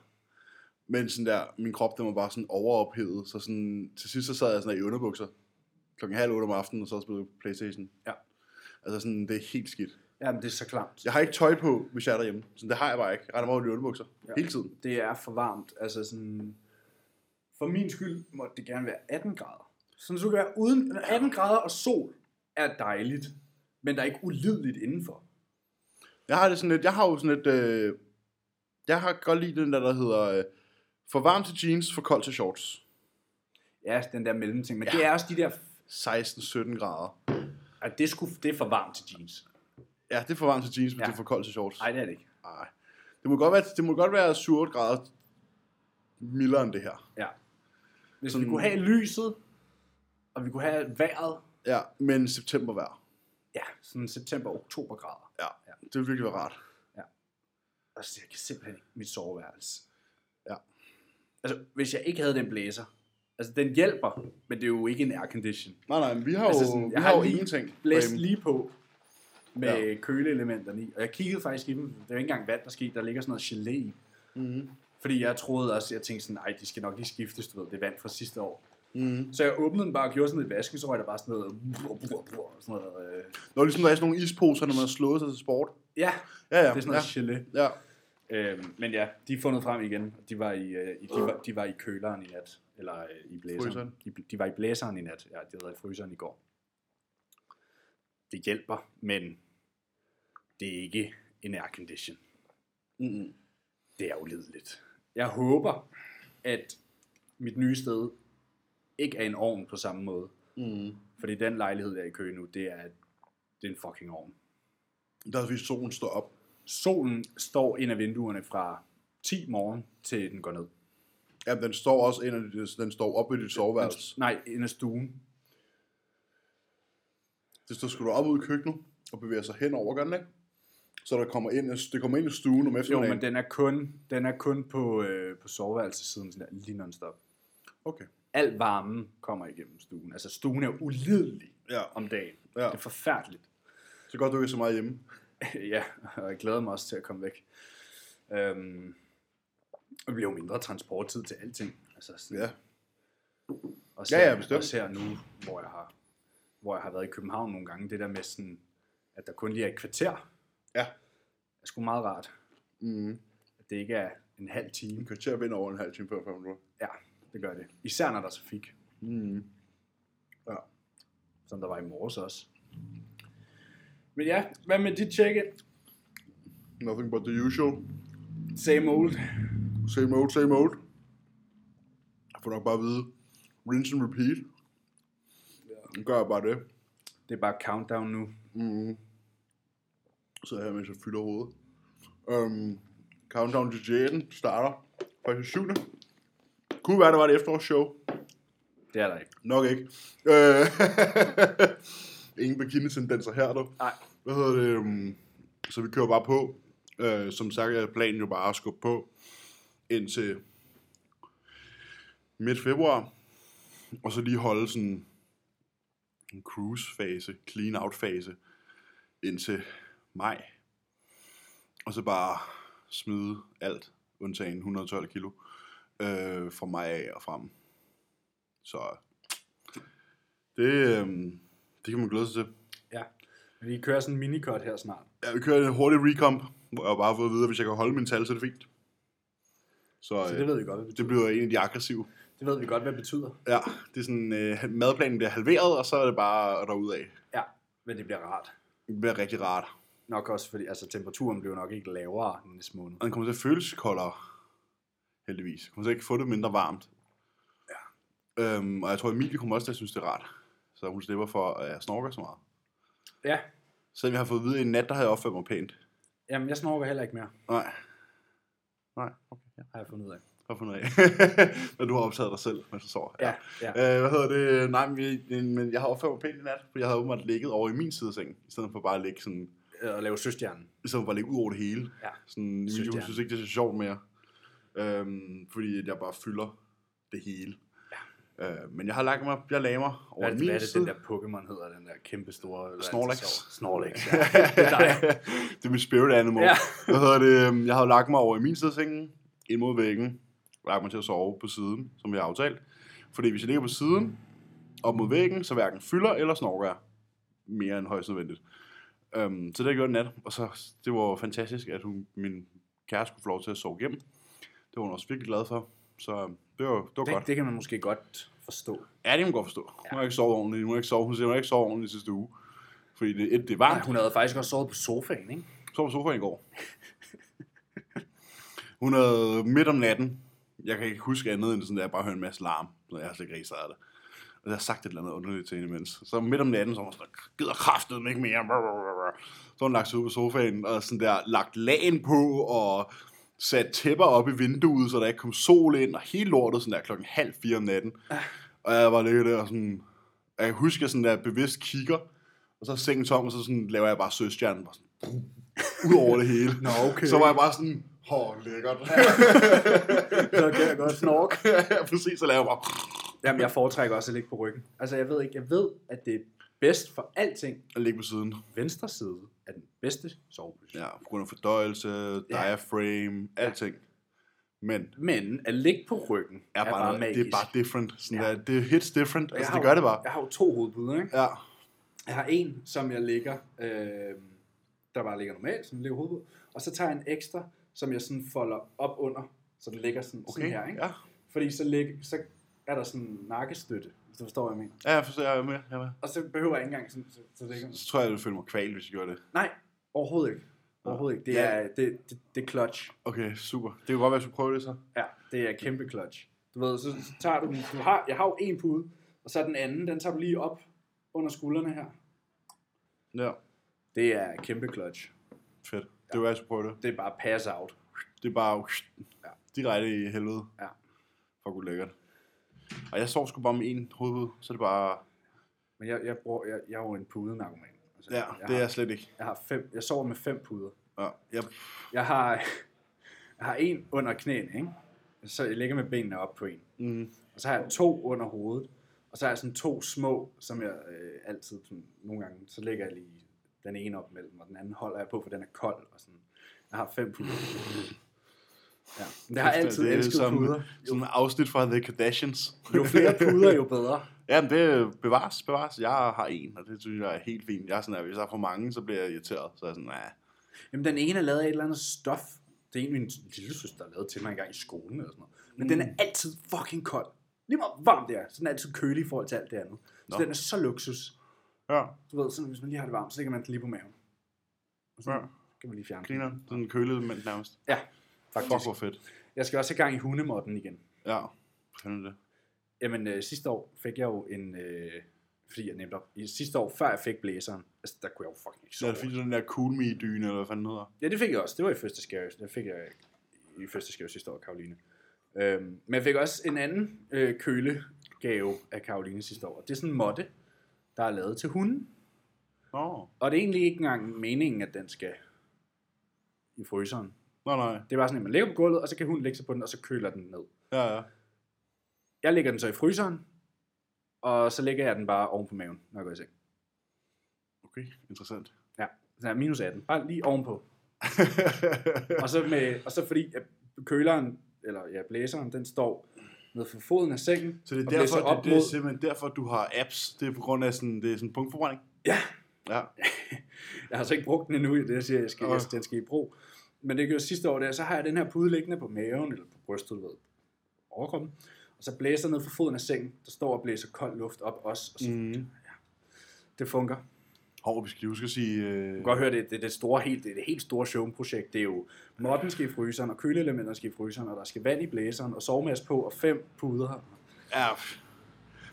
Men sådan der, min krop, den var bare sådan overophedet. Så sådan, til sidst så sad jeg sådan der i underbukser klokken halv otte om aftenen, og så spillede Playstation. Ja. Altså sådan, det er helt skidt. Jamen, det er så klamt. Jeg har ikke tøj på, hvis jeg er derhjemme. Så det har jeg bare ikke. Jeg render mig over i underbukser. Ja. Ja. Hele tiden. Det er for varmt. Altså sådan, for min skyld måtte det gerne være 18 grader. Sådan så kan være uden 18 grader og sol er dejligt, men der er ikke ulideligt indenfor. Jeg har det sådan lidt, jeg har jo sådan lidt, øh, jeg har godt lide den der, der hedder, øh, for varm til jeans, for kold til shorts. Ja, den der mellemting. Men ja. det er også de der... 16-17 grader. Ej, det, skulle, det er for varmt til jeans. Ja, det er for varmt til jeans, men ja. Ja. det er for koldt til shorts. Nej, det er det ikke. Nej. Det må godt være, det må godt være 7 grader mildere end det her. Ja. Hvis Sådan- vi kunne have lyset, og vi kunne have vejret, Ja, men september vejr. ja, sådan september-oktober grader. Ja, ja. det ville virkelig være rart. Altså, jeg kan simpelthen ikke mit soveværelse. Ja. Altså, hvis jeg ikke havde den blæser, altså den hjælper, men det er jo ikke en aircondition. Nej, nej, men vi har jo, Altså altså sådan, vi jeg har har jo lige ingenting. blæst derhjemme. lige på med ja. køleelementerne i. Og jeg kiggede faktisk i dem. Det er jo ikke engang vand, der skete. Der ligger sådan noget gelé i. Mhm. Fordi jeg troede også, jeg tænkte sådan, nej, de skal nok lige skiftes, du ved, det er vand fra sidste år. Mhm. Så jeg åbnede den bare og gjorde sådan lidt vasken, så røg der bare sådan noget, brr, brr, brr, sådan noget øh. Nå, ligesom der er sådan nogle isposer, når man har slået sig til sport. ja, Ja, ja. det er sådan noget gelé. ja. ja. Øhm, men ja, de er fundet frem igen. De var i, øh, i de, var, de var i køleren i nat, eller øh, i blæseren. Fryseren. De, de var i blæseren i nat, ja, de var i fryseren i går. Det hjælper, men det er ikke en aircondition. Mm-hmm. Det er ulideligt. Jeg håber, at mit nye sted ikke er en ovn på samme måde. Mm. Fordi den lejlighed, der er i kø nu, det er, det er en fucking ovn. Der er fordi solen står op. Solen står ind af vinduerne fra 10 morgen til den går ned. Ja, den står også ind, af dit- den står op ved dit soveværelse. Nej, ind af stuen. Det står sgu da op ud i køkkenet og bevæger sig hen over, gør den ikke? Så der kommer ind, det kommer ind i stuen om Jo, eftermiddagen. men den er kun, den er kun på, øh, på soveværelsessiden, sådan der, lige non-stop. Okay. Al varmen kommer igennem stuen. Altså, stuen er ulidelig Ja, om dagen. Ja. Ja. Det er forfærdeligt. [LAUGHS] så godt du ikke er så meget hjemme. ja, og jeg glæder mig også til at komme væk. Øhm, og det bliver jo mindre transporttid til alting. Altså, sådan, Ja. Og Ja, ja, bestemt. Også her nu, hvor jeg, har, hvor jeg har været i København nogle gange, det der med sådan, at der kun lige er et kvarter, Ja. er sgu meget rart. Mm. At det ikke er en halv En time. kvarter vinder over en halv time før 5 minutter. Ja, det gør det. Især når der er trafik, Mm. Ja. som der var i morges også. Men ja, hvad med dit tjekke? Nothing but the usual. Same old. Same old, same old. Jeg får nok bare at vide, rinse and repeat. Ja. Gør jeg bare det. Det er bare countdown nu. Mm. Så her, mens jeg fylder hovedet. Um, Countdown til Jaden starter faktisk 7. Kunne være, der var et efterårsshow. Det er der ikke. Nok ikke. Øh, [LAUGHS] ingen bikini-tendenser her, du. Nej. Hvad hedder det? øhm, Så vi kører bare på. Øh, som sagt er planen jo bare at skubbe på indtil midt februar. Og så lige holde sådan en cruise-fase, clean-out-fase indtil maj. Og så bare smide alt, undtagen 112 kilo, øh, fra maj af og frem. Så det, øh, det kan man glæde sig til. Ja. Men I kører sådan en minikort her snart. Ja, vi kører en hurtig recomp, hvor jeg bare har fået at vide, at hvis jeg kan holde min tal, så er det fint. Så Så, øh, det det, ved vi godt, hvad betyder. det bliver en af de aggressive. Det ved vi godt, hvad det betyder. Ja, det er sådan, øh, madplanen bliver halveret, og så er det bare derudad. Ja, men det bliver rart. Det bliver rigtig rart. Nok også, fordi altså, temperaturen bliver nok ikke lavere næste måned. Og den kommer til at føles koldere, heldigvis. Den kommer til at ikke få det mindre varmt. Ja. Øhm, og jeg tror, Emilie kommer også til at synes, det er rart. Så hun slipper for, at jeg snorker så meget. Ja, Selvom jeg har fået at vide, at i nat, der havde jeg opført mig pænt. jamen jeg snorker heller ikke mere, Nej. Nej, okay. Ja. har jeg fundet ud af. Jeg har fundet af. [LAUGHS] Når du har optaget dig selv, mens du sover. Ja, ja. Øh, hvad hedder det? Nej, men jeg, men jeg har opført mig pænt i nat, for jeg havde åbenbart ligget over i min side af sengen, i stedet for bare at ligge sådan, At lave Øh, søstjernen. i stedet for bare at ligge ud over det hele. Ja. Sådan, jeg Synes synes, det er. synes ikke, det er så sjovt mere, øhm, fordi at jeg bare fylder det hele. Ja. Øh, men jeg har lagt mig, jeg lagde mig over Hvad, er det- min hvad er det, side. den der Pokémon hedder, den der kæmpe store... eller Snorlax. antisaur? Snorlax, [LAUGHS] ja. Det er dig. det er mit spirit animal. Ja. Ja. Hvad hedder det? øhm, Jeg havde lagt mig over i min side af sengen, ind mod væggen, og lagt mig til at sove på siden, som vi har aftalt. Fordi hvis jeg ligger på siden, op mod væggen, så hverken fylder eller snorker jeg mere end højst nødvendigt. Um, så det har jeg gjort i nat, og så, det var fantastisk, at hun, min kæreste kunne få lov til at sove hjem. Det var hun også virkelig glad for, så øhm, det var, det var godt. Det, det kan man måske godt forstå. Ja, det kan man godt forstå. Hun har ikke sovet ordentligt, hun har ikke sovet, hun siger, hun har ikke sovet ordentligt sidste uge. Fordi det, et, det er varmt, Hun havde faktisk også sovet på sofaen, ikke? [LAUGHS] sov på sofaen i går. Hun havde midt om natten. Jeg kan ikke huske andet end sådan, at jeg bare hørte en masse larm, når jeg har slet ikke rigtig startet. Og jeg har sagt et eller andet underligt til hende imens. Så midt om natten, så var hun sådan, gider kraftet ikke mere. Så hun lagt sig ud på sofaen og sådan der, lagt lagen på og sat tæpper op i vinduet, så der ikke kom sol ind, og hele lortet sådan der klokken halv fire om natten. Ah. Og jeg var ligget der og sådan, og jeg husker jeg sådan der bevidst kigger, og så er sengen tom, og så sådan laver jeg bare søstjernen, bare sådan, ud over det hele. Nå, okay. Så var jeg bare sådan, åh, lækkert. Så kan jeg godt snorke. [LAUGHS] ja, præcis, så laver jeg bare, Jamen, jeg foretrækker også at ligge på ryggen. Altså, jeg ved ikke, jeg ved, at det er bedst for alting. og ligge på siden. Venstre side er den bedste soveposition. Ja, på grund af fordøjelse, diaphragm, alting. Men Men at ligge på ryggen er bare, noget- magisk. det er bare different. Sådan Ja. ja. der, det hits different. Jeg Altså, har det jo- gør det bare. Jeg har jo to hovedpuder, ikke? Ja. Jeg har en, som jeg ligger, øh, der bare ligger normalt, som ligger hovedpude. Og så tager jeg en ekstra, som jeg sådan folder op under, så den ligger sådan, okay. sådan Okay. her, ikke? Ja, Fordi så, lig, så er der sådan en nakkestøtte, hvis du forstår, hvad jeg mener. ja jeg forstår, jeg er med. Jeg er med. Og så behøver jeg ikke engang sådan, så, så ligger den. Så tror jeg, du føler mig kval, hvis jeg gør det. Nej, overhovedet ikke. Overhovedet ikke. Det Ja. er, det, det, det er clutch. Okay, super. Det kunne godt være, at jeg skulle prøve det så. Ja, det er kæmpe clutch. Du ved, så så tager du den. Du har, jeg har jo en pude, og så den anden, den tager du lige op under skuldrene her. Ja, Det er kæmpe clutch. fedt. Det kunne være, at jeg skulle prøve det. Det er bare pass out. Det er bare Ja. ja. direkte i helvede. Ja. Fuck, hvor lækkert. Og jeg sov sgu bare med en hovedpude, så det er bare... Men jeg, jeg, bruger, jeg, jeg er jo en pudenarkoman. Altså, Ja, jeg det er har, jeg slet ikke. jeg, har fem, jeg sover med fem puder. Ja, jeg, Jeg har, jeg har en under knæene, ikke? Så jeg ligger med benene op på en. mm, Og så har jeg to under hovedet. Og så har jeg sådan to små, som jeg øh, altid, sådan, nogle gange, så lægger jeg lige den ene op mellem, og den anden holder jeg på, for den er kold. Og sådan. Jeg har fem [LAUGHS] puder. Ja. Men jeg har altid det er ligesom elsket som, puder. Som et afsnit fra The Kardashians. Jo flere [LAUGHS] puder, jo bedre. Ja, men det bevares, bevares. Jeg har en, og det synes jeg er helt fint. Jeg er sådan, at hvis der er for mange, så bliver jeg irriteret. Så er jeg sådan, nej. Jamen, den ene er lavet af et eller andet stof. Det er egentlig min lille søster, der lavede til mig engang i skolen eller sådan noget. Men mm. den er altid fucking kold. Lige meget hvor varmt det er, så den er altid kølig i forhold til alt det andet. Så Nå. den er så luksus. Ja, Du ved, sådan, hvis man lige har det varmt, så lægger man den lige på maven. Og så ja. kan man lige fjerne den. Griner. Sådan en køleelement nærmest. Ja, Fuck, faktisk. hvor fedt. Jeg skal også have gang i hundemotten igen. Ja, Hvad fanden er det. Jamen, øh, sidste år fik jeg jo en... Øh, fordi jeg nemte op. I sidste år, før jeg fik blæseren, altså, der kunne jeg jo fucking ikke Så er sove. det fint, den der cool me dyne, eller hvad fanden den hedder. Ja, det fik jeg også. Det var i første skæve. Det fik jeg i første skæve sidste år, Karoline. Øhm, men jeg fik også en anden øh, køle gave af Karoline sidste år. Det er sådan en måtte, der er lavet til hunden. Nå, Og det er egentlig ikke engang meningen, at den skal i fryseren. nej, nej. Det er bare sådan, at man ligger på gulvet, og så kan hunden lægge sig på den, og så køler den ned. Ja, ja. Jeg lægger den så i fryseren, og så lægger jeg den bare oven på maven, når jeg går i seng. Okay, interessant. [LAUGHS] Ja, så er minus 18. Bare lige ovenpå. Og så, med, og så fordi at køleren, eller ja, blæseren, den står ned for foden af sengen. så det er, og blæser derfor, det, det er simpelthen derfor, du har apps. Det er på grund af sådan, det er sådan punktforbrænding. Ja. Ja. Jeg har så ikke brugt den endnu, det er det, jeg siger, jeg skal, Åh. jeg, den skal i brug. Men det gør sidste år, der, så har jeg den her pude liggende på maven, eller på brystet, du ved, overkroppen. Og så blæser ned for foden af sengen, der står og blæser kold luft op også. Og så, mm. Mm. Det fungerer. Hov, vi skal lige huske at sige... Øh... Du kan godt høre, det, det, det store helt, det, det helt store showprojekt, det er jo modden skal i fryseren, og køleelementerne skal i fryseren, og der skal vand i blæseren, og sovemads på, og fem puder. Ja. pff.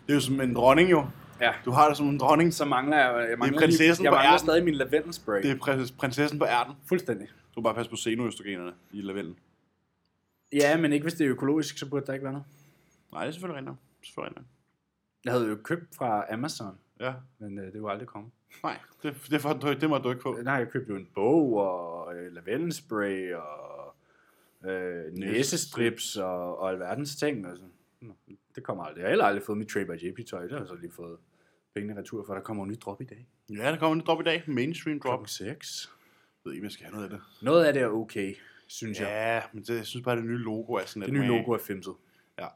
Det er jo som en dronning jo. Ja, Du har det som en dronning. så mangler jeg, jeg mangler, prinsessen lige, jeg på mangler ærten. stadig min lavendelspray. Det er prins- prinsessen på ærten. Fuldstændig. Du må bare passe på xenoøstrogenerne i lavendel. Ja, men ikke hvis det er økologisk, så burde der ikke være noget. Nej, det er selvfølgelig rigtigt. nok. Selvfølgelig rigtigt. nok. Jeg havde jo købt fra Amazon, Ja. men øh, det var aldrig kommet. Øh, Nej, det, det, får du, det må du ikke på. Nej, jeg købte jo en bog, og øh, lavendelspray, og øh, næsestrips, og, og alverdens ting. Og sådan. Nå, det kommer aldrig. Jeg har heller aldrig fået mit Trey by JP-tøj. Det har jeg så lige fået pengene retur, for der kommer en ny drop i dag. Ja, der kommer en drop i dag. Mainstream drop. Klokken 6. Jeg ved ikke, om jeg skal have noget af det. Noget af det er okay, synes jeg. Ja, men det, jeg synes bare, at det nye logo er sådan Det lidt... nye meh. logo er femset. Ja,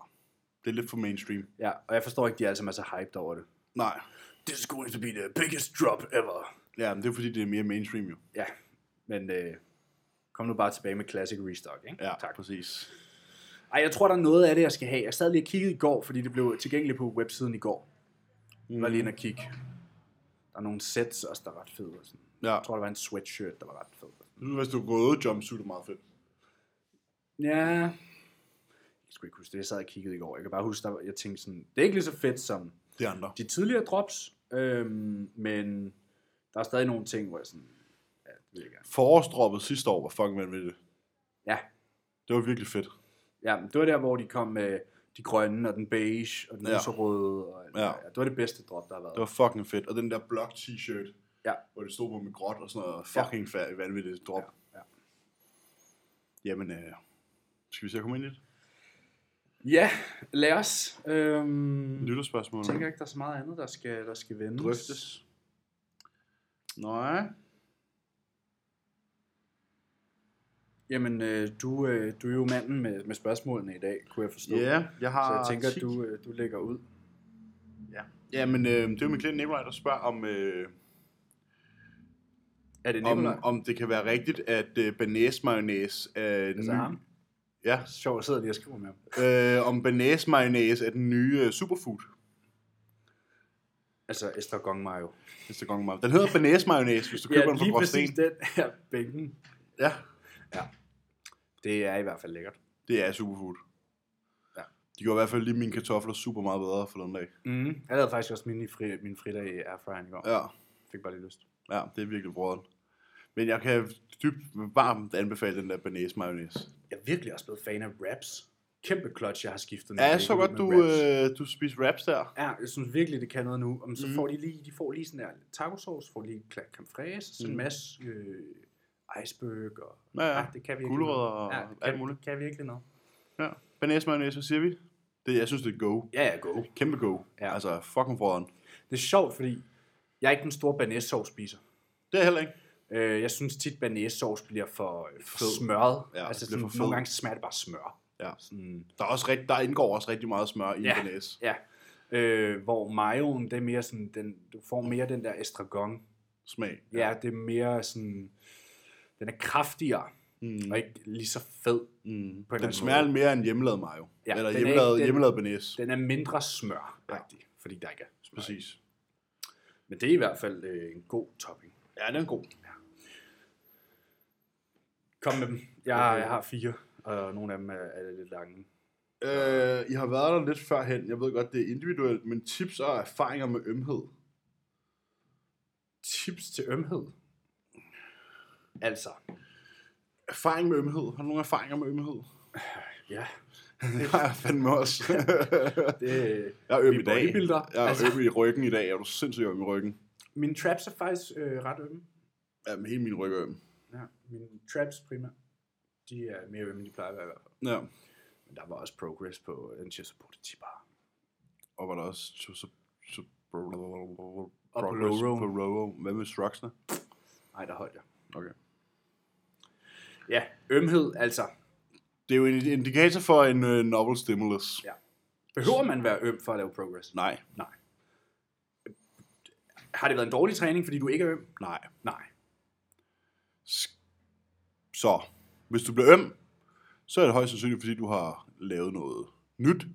det er lidt for mainstream. Ja, og jeg forstår ikke, de er altså masser hyped over det. Nej, This is going to be the biggest drop ever. ja, men det er fordi, det er mere mainstream jo. Ja, men øh, kom nu bare tilbage med Classic Restock, ikke? Ja, tak. præcis. Ej, jeg tror, der er noget af det, jeg skal have. Jeg sad lige og kiggede i går, fordi det blev tilgængeligt på websiden i går. Mm. Var lige inde og kigge. Der er nogle sets også, der er ret fede. og Sådan. Ja, Jeg tror, der var en sweatshirt, der var ret fed. hvis du røde jumpsuit er meget fedt. Ja. Jeg kan sgu ikke huske det. Jeg sad og kiggede i går. Jeg kan bare huske, der var, jeg tænkte sådan, det er ikke lige så fedt som De andre. de tidligere drops, øhm, men der er stadig nogle ting, hvor jeg sådan, ja, det vil jeg gerne. Forårsdroppet sidste år var fucking vanvittigt. Ja, Det var virkelig fedt. Ja, men det var der, hvor de kom med de grønne og den beige og den Ja. lyserøde. Og, Ja. ja. ja. Det var det bedste drop, der har været. Det var fucking fedt. Og den der block t-shirt, Ja. hvor det stod på med gråt og sådan noget. Fucking ja. vanvittigt drop. Ja, ja. Jamen, øh, skal vi se at komme ind i et ja, lad os. Øhm, jeg lytterspørgsmål? tænker ikke, der er så meget andet, der skal, der skal vendes. Drøftes. Nej. Jamen, øh, du, øh, du er jo manden med, med spørgsmålene i dag, kunne jeg forstå. Ja, jeg har Så jeg tænker, ti. at du, øh, du lægger ud. Ja. Jamen, øh, det er jo min klient Nikolaj, der spørger, om, øh, Er det om, Nicolaj? om det kan være rigtigt, at øh, banæs mayonnaise er den Altså nye... ham? Ja, Sjovt, jeg sidder lige og skriver med ham. øh, om banæs mayonnaise er den nye øh, superfood. Altså estragon mayo. Hvis det går meget. Den hedder banæs mayonnaise, hvis du køber den lige på Gråsten. præcis den her bænken. Ja, Det er i hvert fald lækkert. det er superfood. Ja. De gjorde i hvert fald lige mine kartofler super meget bedre for den dag. Mm. Jeg lavede faktisk også min, fri, min fridag i airfryeren i går. Ja, Fik bare lige lyst. ja det er virkelig brødet. Men jeg kan dybt varmt anbefale den der banæs mayonnaise. Jeg er virkelig også blevet fan af raps. Kæmpe clutch, jeg har skiftet. Ja, når jeg jeg så gik ud godt, med du, wraps. øh, du spiser wraps der. Ja, jeg synes virkelig, det kan noget nu. Om så Mm. får de lige, de får lige sådan der lidt tacosauce, får lige klat creme fraise, så en Mm. masse øh, iceberg og... Ah, Ja, ja. det kan virkelig Gulerødder noget. og ja, det alt kan, muligt. Det kan virkelig noget. Ja. Banæs mayonnaise, hvad siger vi? Det, jeg synes, det er et go. Ja, ja, go. Kæmpe go. Ja. Ja. Altså, fucking foran. Det er sjovt, fordi jeg er ikke den store banæssauce spiser. Det er jeg heller ikke. Øh, jeg synes tit, banæssauce bliver for, øh, for Fed. smørret. Ja, altså, det bliver sådan, for Mm. fed. nogle gange smager det bare af smør. Ja. Sådan, Der, er også rigt, der indgår også rigtig meget smør i ja. Ja. en banæs. ja. Øh, hvor mayoen, det er mere sådan, den, du får mere den der estragon. Smag. Ja, det er mere sådan... Den er kraftigere, Mm. mm. og ikke lige så fed. Mm. på en Den anden smager måde. mere end hjemmelavet mayo. Ja, Eller den er hjemmelavet, ikke- den- hjemmelavet banæs. Den er mindre smør ja. fordi der ikke er smør. i. Præcis. Men det er i hvert fald øh, en god topping. Ja, den er god. Kom med dem. Jeg, har, jeg har fire, og nogle af dem er, er lidt lange. Øh, I har været der lidt førhen. Jeg ved godt, det er individuelt, men tips og erfaringer med ømhed. Tips til ømhed. Altså, Erfaring med ømhed. Har du nogle erfaringer med ømhed? ja. [LAUGHS] Det har jeg fandme også. Det, [LAUGHS] jeg er øm Vi i dag. bodybuilder, Jeg er altså. øm i ryggen i dag. Jeg er du sindssygt øm i ryggen. mine traps er faktisk øh, ret ømme. Ja, men hele min ryg er øm. Ja, mine traps primært. De er mere ømme, end de plejer at være i hvert fald. Ja. Men der var også progress på den Chesapeake bar. Og var der også... Så, så, så, Og på progress Loro. på Loro. Hvad med Struxner? Nej, der holdt jeg. Okay. Ja, ømhed altså. Det er jo en indikator for en uh, novel stimulus. Ja. Behøver man være øm for at lave progress? Nej, Nej. Har det været en dårlig træning, fordi du ikke er øm? nej. Nej. Så, hvis du bliver øm, så er det højst sandsynligt, fordi du har lavet noget nyt, Ja.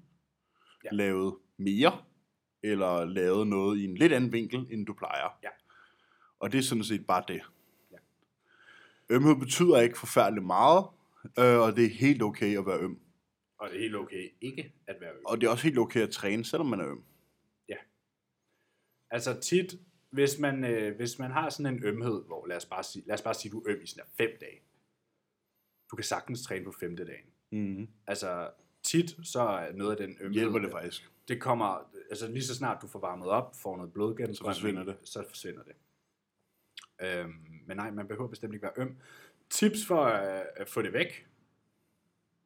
ja. lavet mere, eller lavet noget i en lidt anden vinkel, end du plejer. Ja. Og det er sådan set bare det. Ja. Ja. Ømhed betyder ikke forfærdeligt meget, øh, og det er helt okay at være øm. Og det er helt okay ikke at være øm. Og det er også helt okay at træne, selvom man er øm. Altså tit, hvis man, øh, hvis man har sådan en ømhed, hvor lad os bare sige, lad os bare sige du er øm i sådan her fem dage. Du kan sagtens træne på femte dagen. Mm-hmm. Altså tit, så er noget af den ømhed... Hjælper det faktisk. det kommer, altså lige så snart du får varmet op, får noget blodgennemstrømning, Så forsvinder det. Så forsvinder det. Øhm, men nej, man behøver bestemt ikke være øm. Tips for øh, at få det væk.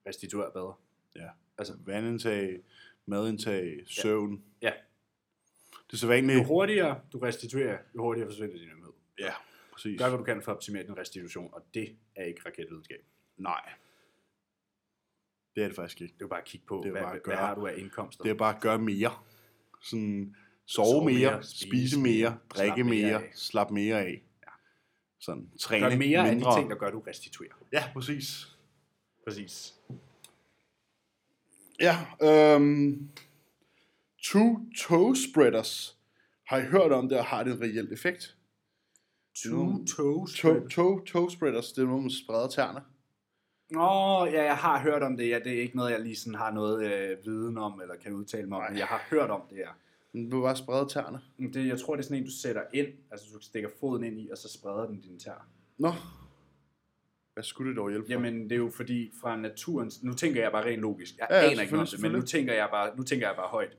Restituer bedre. Ja. Altså, Vandindtag, madindtag, søvn. Ja. ja. Det er så vanligt. Jo hurtigere du restituerer, jo hurtigere forsvinder din ømhed. Ja, præcis. Gør, hvad du kan for at optimere din restitution, og det er ikke raketvidenskab. Nej. Det er det faktisk ikke. Det er jo bare at kigge på, Det er hvad, bare at hvad, hvad gøre. har du af indkomster. Det er bare at gøre mere. Sådan, sove, sove mere, mere, spise mere, mere drikke slappe mere mere, af. mere slappe mere af. Sådan, Gør træne mere mindre. af de ting, der gør, at du restituerer. Ja, præcis. Præcis. Ja, øhm, two toe spreaders. Har I hørt om det, og har det en reel effekt? Two toes. Toe, toe, toe spreaders, det er noget, man spreder tæerne. Nå, ja, jeg har hørt om det. Ja, det er ikke noget, jeg lige sådan har noget øh, viden om, eller kan udtale mig om, men jeg har hørt om det, ja. Man vil bare sprede tæerne. Men Det, jeg tror, det er sådan en, du sætter ind, altså du stikker foden ind i, og så spreder den din tær. Nå. Hvad skulle det dog hjælpe for? Jamen, det er jo fordi fra naturens... Nu tænker jeg bare rent logisk. Jeg Ja, ja, ja, aner ikke selvfølgelig, noget, om det, men nu selvfølgelig. tænker, jeg bare, nu tænker jeg bare højt.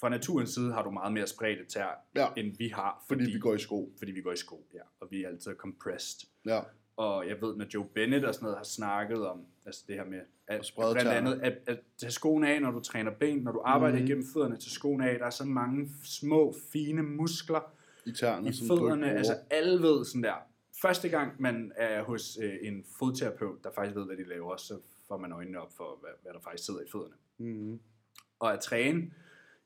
Fra naturens side har du meget mere spredte tær, Ja. end vi har, fordi, fordi vi går i sko. fordi vi går i sko, ja, og vi er altid compressed. Ja. Og jeg ved, når Joe Bennett og sådan noget har snakket om, altså det her med, at, sprede blandt tæerne. andet, at, at tage skoene af, når du træner ben, når du arbejder Mhm. mm. igennem fødderne, tage skoene af, der er så mange små, fine muskler I tæerne. i som du ikke fødderne, bruger. altså alle ved sådan der. Første gang man er hos øh, en fodterapeut, der faktisk ved, hvad de laver, så får man øjnene op for, hvad, hvad der faktisk sidder i fødderne. Mm-hmm. Og at træne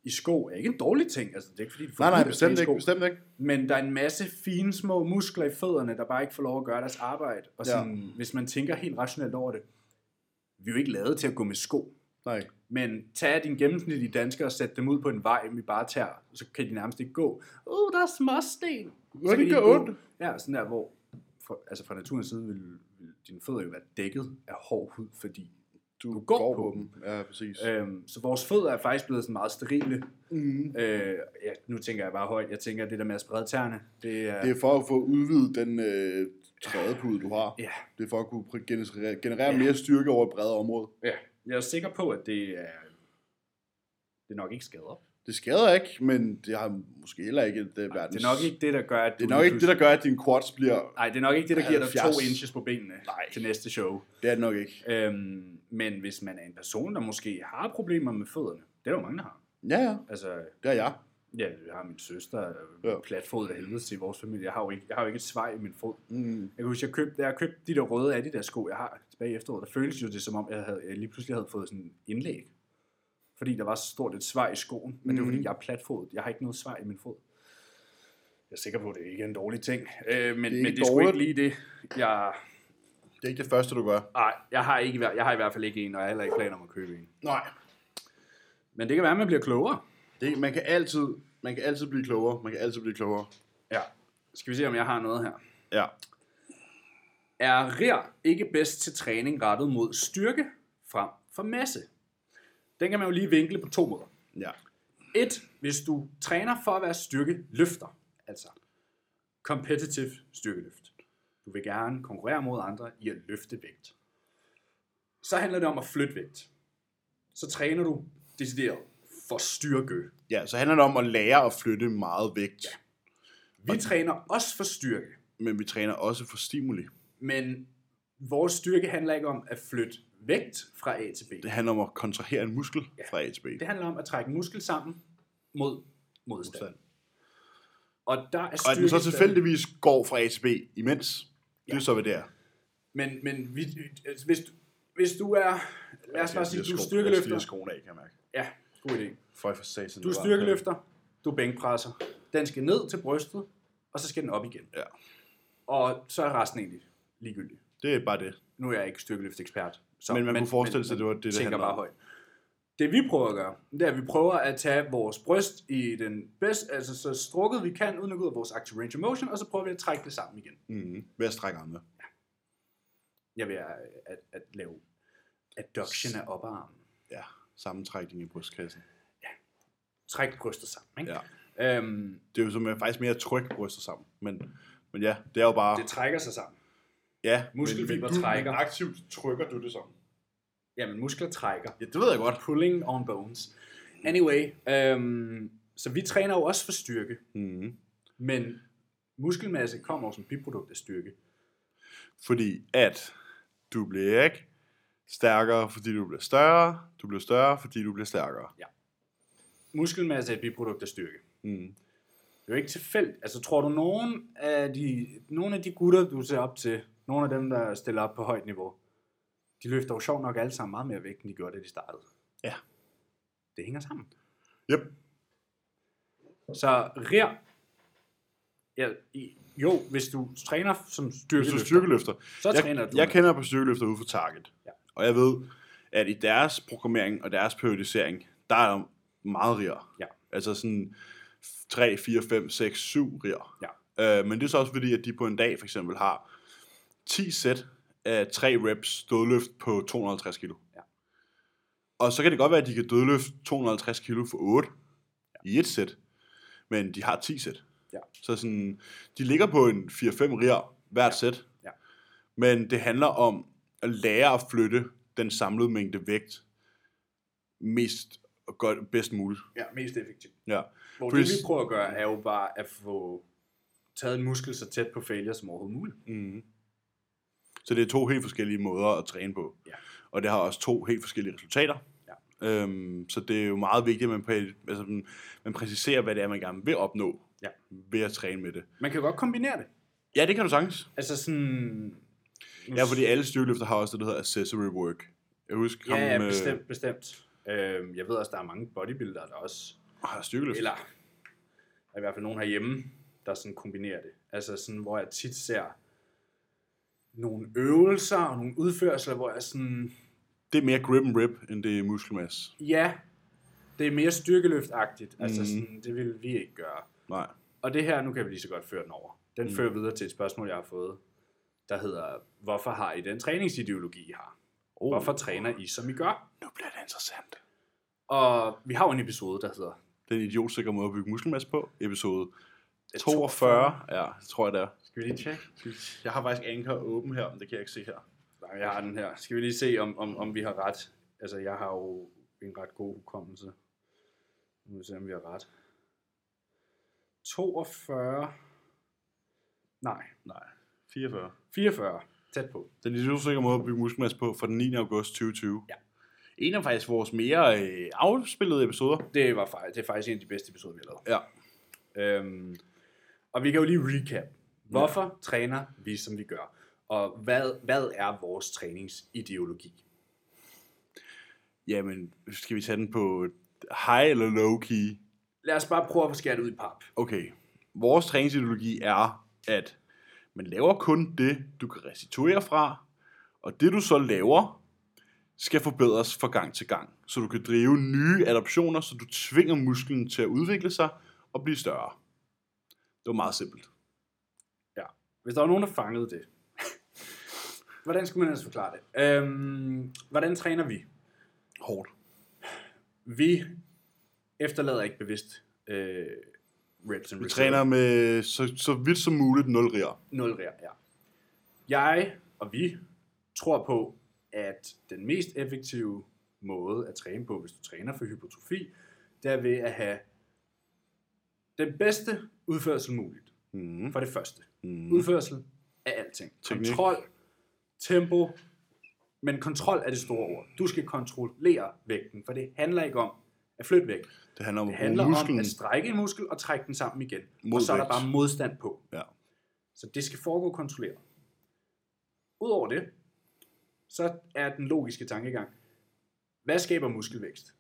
i sko er ikke en dårlig ting, altså det er ikke fordi, det er Nej, nej, forbudt at træne i bestemt ikke, sko. bestemt ikke. Men der er en masse fine små muskler i fødderne, der bare ikke får lov at gøre deres arbejde. Og Ja. sådan, hvis man tænker helt rationelt over det, vi er jo ikke lavet til at gå med sko. Nej. Men tag din gennemsnitlige dansker og sæt dem ud på en vej, vi bare tager, så kan de nærmest ikke gå. Uh, der er småsten. Hvor Så det kan de gør gå. ondt. Ja, sådan der, hvor fra, altså fra naturens side vil, vil dine fødder jo være dækket af hård hud, fordi Du, Du du går går, på på, dem. Ja, præcis. Øhm, så vores fødder er faktisk blevet sådan meget sterile. Mm. Øh, ja, nu tænker jeg bare højt. Jeg tænker, at det der med at sprede tæerne, det er... Det er for at få udvidet den øh, trædepude, du har. Ja, Det er for at kunne pr- generere, generere mere styrke over et bredere område. Ja, jeg er sikker på, at det er, det nok ikke skader. Det skader ikke, men det har måske heller ikke det Nej, verdens... det er nok ikke det, der gør, at det, er nok ikke det, der gør, at din quads bliver... Nej, det er nok ikke det, der giver dig to 70. inches på benene Nej. til næste show. Det er det nok ikke. Øhm, men hvis man er en person, der måske har problemer med fødderne, det er der jo mange, der har. Ja, ja. Altså, Det er jeg. ja, jeg har min søster, ja. Ja. platfod af helvede til i vores familie. Jeg har, jo ikke, jeg har jo ikke et svej i min fod. Mm. Jeg kan huske, jeg købte, da jeg købte de der røde Adidas sko, jeg har tilbage i efteråret, der føltes jo det som om, jeg, havde, jeg lige pludselig havde fået sådan en indlæg. Fordi der var så stort et svar i skoen. Men mm. det var Mhm. fordi, jeg er platfodet. Jeg har ikke noget svar i min fod. Jeg er sikker på, at det ikke er en dårlig ting. Øh, men det er, ikke men det er sgu ikke dårligt. lige det. Jeg, Det er ikke det første, du gør. ej, jeg, har ikke, i hver- jeg har i hvert fald ikke en, og jeg har heller ikke planer om at købe en. Nej. Men det kan være, at man bliver klogere. Det, man, kan altid, man kan altid blive klogere. Man kan altid blive klogere. Ja. Skal vi se, om jeg har noget her. Ja. Er rir ikke bedst til træning rettet mod styrke frem for masse? Den kan man jo lige vinkle på to måder. Ja. Et, hvis du træner for at være styrkeløfter, altså competitive styrkeløft. Du vil gerne konkurrere mod andre i at løfte vægt. Så handler det om at flytte vægt. Så træner du decideret for styrke. Ja, så handler det om at lære at flytte meget vægt. Ja. Vi træner også for styrke, Men vi træner også for stimuli. men vores styrke handler ikke om at flytte vægt fra A til B. Det handler om at kontrahere en muskel ja. fra A til B. Det handler om at trække muskel sammen mod modstand. Modstand. modstand. Og der er Og at den styrke... så tilfældigvis går fra A til B imens, det er så, hvad det er. Men, men vi, altså, hvis, du- hvis du er... Lad os bare sige, du er Jeg styrkeløfter. skoene af, kan jeg mærke. Ja, god idé. Føj for satan. Du er styrkeløfter, du er bænkpresser. Den skal ned til brystet, og så skal den op igen. Ja, Og så er resten egentlig ligegyldigt. det er bare det. Nu er jeg ikke styrkeløftekspert. Så, Men man kunne forestille sig, det var det, det det tænker handler bare om. højt. Det vi prøver at gøre, det er, at vi prøver at tage vores bryst i den bedste, altså så strukket vi kan, uden at gå ud af vores active range of motion, og så prøver vi at trække det sammen igen. Mm-hmm. Ved at strække armene. Jeg vil at, at, at lave adduction af oparmen. Ja, sammentrækning i brystkassen. Træk brystet sammen, ikke? Ja. Ja. Øhm, Det er jo som, øh, faktisk mere tryk bryster sammen. Men, men ja, det er jo bare... det trækker sig sammen. ja, muskelfibre men du- trækker. Aktivt trykker du det sammen. Jamen, muskler trækker. Ja, det ved jeg godt. Pulling on bones. Anyway, øhm, så vi træner jo også for styrke, Mm-hmm. men muskelmasse kommer jo som biprodukt af styrke. Fordi at du bliver ikke stærkere, fordi du bliver større. Du bliver større, fordi du bliver stærkere. Muskelmasse er et biprodukt af styrke. Mm. Det er jo ikke tilfældigt. Altså, tror du, nogen af de, nogen af de gutter, du ser op til, nogle af dem, der stiller op på højt niveau, de løfter jo sjovt nok alle sammen meget mere vægt, end de gjorde, da de startede. Ja. Det hænger sammen. Yep. Så rir, ja, i- jo, hvis du træner som Hvis du styrkeløfter, styrkeløfter. så jeg, træner du Jeg med. kender på styrkeløfter ude for Target. Ja. Og jeg ved, at i deres programmering og deres periodisering, der er der meget rigere. Ja. Altså sådan 3, 4, 5, 6, 7 rigere. Ja. Øh, men det er så også fordi, at de på en dag for eksempel har 10 sæt af 3 reps stødløft på 250 kilo. Ja. Og så kan det godt være, at de kan dødløfte 250 kilo for 8 ja. i et sæt. Men de har 10 sæt. Ja. Så sådan, de ligger på en 4-5 riger hvert ja. sæt. Ja. Men det handler om at lære at flytte den samlede mængde vægt mest og godt, bedst muligt. Ja, mest effektivt. Ja. Hvor Fordi- det vi prøver at gøre, er jo bare at få taget en muskel så tæt på failure som overhovedet muligt. Mm. Så det er to helt forskellige måder at træne på. Ja. Og det har også to helt forskellige resultater. Ja. Øhm, så det er jo meget vigtigt, at man, præ- altså, sådan, man præciserer, hvad det er, man gerne vil opnå Ja. ved at træne med det. Man kan jo godt kombinere det. Ja, det kan du sagtens. Altså sådan... Ja, fordi alle styrkeløfter har også det, der hedder accessory work. Jeg husker Ja, ja, ham, øh, bestemt, bestemt. Øhm, jeg ved også, der er mange bodybuildere, der også... har ah, styrkeløft. Eller der er i hvert fald nogen herhjemme, der sådan kombinerer det. Altså sådan, hvor jeg tit ser nogle øvelser og nogle udførsler, hvor jeg sådan... Det er mere grip and rip, end det er muskelmasse. Ja, det er mere styrkeløftagtigt. Altså Mhm. sådan, det vil vi ikke gøre. Nej. Og det her, nu kan vi lige så godt føre den over. Den mm. fører videre til et spørgsmål, jeg har fået, der hedder, hvorfor har I den træningsideologi, I har? Oh. Hvorfor træner I, som I gør? Nu bliver det interessant. Og vi har jo en episode, der hedder... Den idiotsikre måde at bygge muskelmasse på, episode 42. 42. Ja, det tror jeg, det er. Skal vi lige tjekke? Jeg har faktisk anker åben her, men det kan jeg ikke se her. Nej, jeg har den her. Skal vi lige se, om, om, om vi har ret? Altså, jeg har jo en ret god hukommelse. Nu må vi se, om vi har ret. 42... Nej, Nej, 44. 44. Tæt på. Den idiotsikre måde at bygge muskelmasse på fra den 9. august 2020. Ja. En af faktisk vores mere øh, afspillede episoder. Det, var, fej- det er faktisk en af de bedste episoder, vi har lavet. Ja. Øhm, og vi kan jo lige recap. Hvorfor ja. træner vi, som vi gør? Og hvad, hvad er vores træningsideologi? Jamen, skal vi tage den på high eller low key? Lad os bare prøve at skære det ud i pap. Okay, vores træningsideologi er, at man laver kun det, du kan restituere fra, og det du så laver, skal forbedres fra gang til gang, så du kan drive nye adaptioner, så du tvinger musklen til at udvikle sig og blive større. Det var meget simpelt. Ja. Hvis der var nogen, der fangede det. [LAUGHS] hvordan skulle man ellers forklare det? Øhm, hvordan træner vi? Hårdt. Vi efterlader ikke bevidst øh, reps and Vi træner med så, så vidt som muligt 0 riger. Nul rær, ja. Jeg og vi tror på, at den mest effektive måde at træne på, hvis du træner for hypertrofi, det er ved at have den bedste udførsel muligt. Mm. For det første. Mm. Udførsel af alting. Teknik. Kontrol, tempo, men kontrol er det store ord. Du skal kontrollere vægten, for det handler ikke om at flytte vægt. Det handler om Det at bruge handler musklen. om at strække en muskel og trække den sammen igen. Mod og så er der vægt. bare modstand på. Ja. Så det skal foregå kontrolleret. Udover det, så er den logiske tankegang, hvad skaber muskelvækst?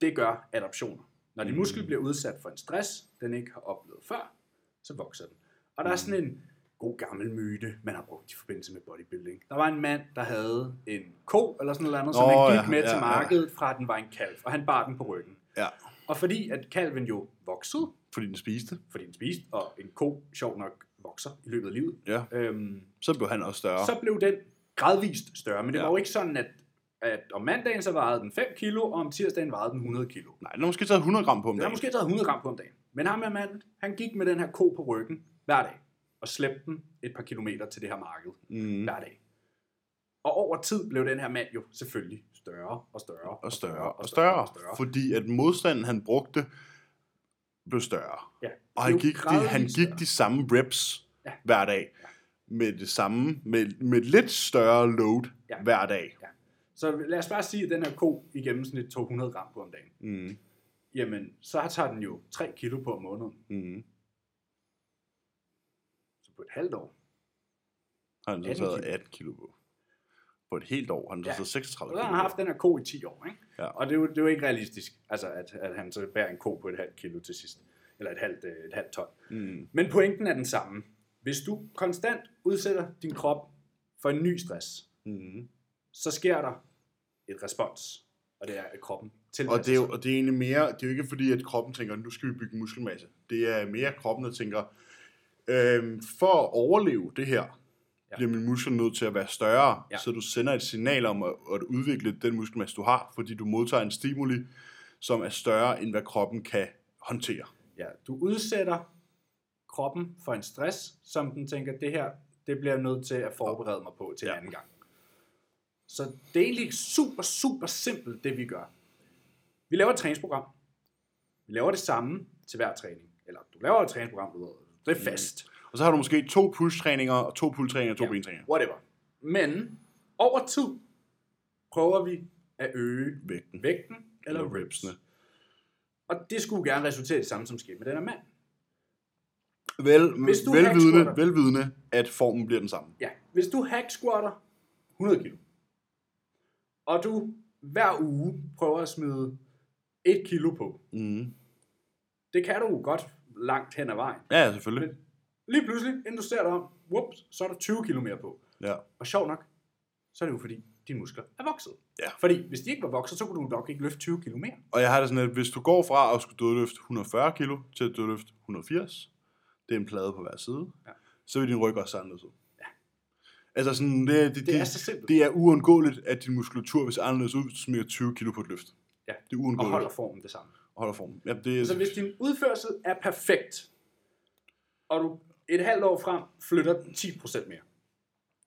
Det gør adaptioner. Når din muskel bliver udsat for en stress, den ikke har oplevet før, så vokser den. Og der er sådan en god gammel myte, man har brugt i forbindelse med bodybuilding. Der var en mand, der havde en ko eller sådan noget andet, som Nå, han ja, gik med ja, til ja. markedet fra, at den var en kalv, og han bar den på ryggen. Ja, Og fordi at kalven jo voksede, fordi den spiste. fordi den spiste, og en ko sjov nok vokser i løbet af livet, Ja, øhm, så blev han også større. så blev den gradvist større. Men det Ja. ja. var jo ikke sådan, at, at om mandagen så vejede den 5 kilo, og om tirsdagen vejede den 100 kilo. Nej, den har måske taget 100 gram på om Den har dagen. måske taget 100 gram på om dagen. Men ham her mand, han gik med den her ko på ryggen hver dag, og slæbte den et par kilometer til det her marked Mm. hver dag. Og over tid blev den her mand jo selvfølgelig større og større Og større og større, og større. Fordi at modstanden, han brugte, blev større. Ja. Og han Blev gik, de, han gradvist gik større. de samme reps Ja. hver dag. Med det samme, med, med et lidt større load Ja. hver dag. Så lad os bare sige, at den her ko i gennemsnit tog 100 gram på om dagen. Mm. Jamen, så tager den jo 3 kilo på om måneden. Mm. Så på et halvt år. Har han så 18 taget kilo. 18 kilo på. På et helt år har han så Ja. taget Og 36 så kilo har han haft på. den her ko i 10 år, ikke? Ja. Og det er, jo, det er jo ikke realistisk, altså at, at han så bærer en ko på et halvt kilo til sidst. Eller et halvt, øh, et halvt ton. Mm. Men pointen er den samme. Hvis du konstant udsætter din krop for en ny stress, Mm. så sker der et respons. Og det er, at kroppen tilpasser Og det, er jo, sig. og det er egentlig mere, det er jo ikke fordi, at kroppen tænker, nu skal vi bygge muskelmasse. Det er mere kroppen, der tænker, øhm, for at overleve det her, ja. Ja. bliver min muskel nødt til at være større, ja. Ja. så du sender et signal om at, at udvikle den muskelmasse, du har, fordi du modtager en stimuli, som er større, end hvad kroppen kan håndtere. Ja, du udsætter kroppen for en stress, som den tænker, det her, det bliver jeg nødt til at forberede mig på til ja. en anden gang. Så det er egentlig super, super simpelt, det vi gør. Vi laver et træningsprogram. Vi laver det samme til hver træning. Eller du laver et træningsprogram, du ved. Mm. Det er fast. Og så har du måske to push-træninger, og to pull-træninger, og to ja. bentræninger. Whatever. Men over tid prøver vi at øge Vægten. vægten eller, Eller eller ripsene. ripsene. Og det skulle gerne resultere i det samme, som skete med den her mand. Vel, Hvis du velvidende, hacksquatter- velvidende, at formen bliver den samme. Ja, hvis du hack squatter 100 kilo, og du hver uge prøver at smide 1 kilo på, Mm. det kan du jo godt langt hen ad vejen. Ja, selvfølgelig. Lige pludselig, inden du ser dig om, whoops, så er der 20 kilo mere på. Ja. Og sjov nok, så er det jo fordi, dine muskler er vokset. Ja. Fordi hvis de ikke var vokset, så kunne du nok ikke løfte 20 kilo mere. Og jeg har det sådan, at hvis du går fra at skulle dødløfte 140 kilo til at dødløfte 180, det er en plade på hver side, ja. Ja. så vil din ryg også se anderledes ud. Ja. Altså sådan, det, det, Det er det- så simpelt. Det er uundgåeligt, at din muskulatur, hvis anderledes ud, hvis du smider 20 kilo på et løft. Ja. Det er Og uundgåeligt. holder formen det samme. og holder formen. Ja, det er, Så hvis din udførsel er perfekt, og du et halvt år frem flytter den 10% mere,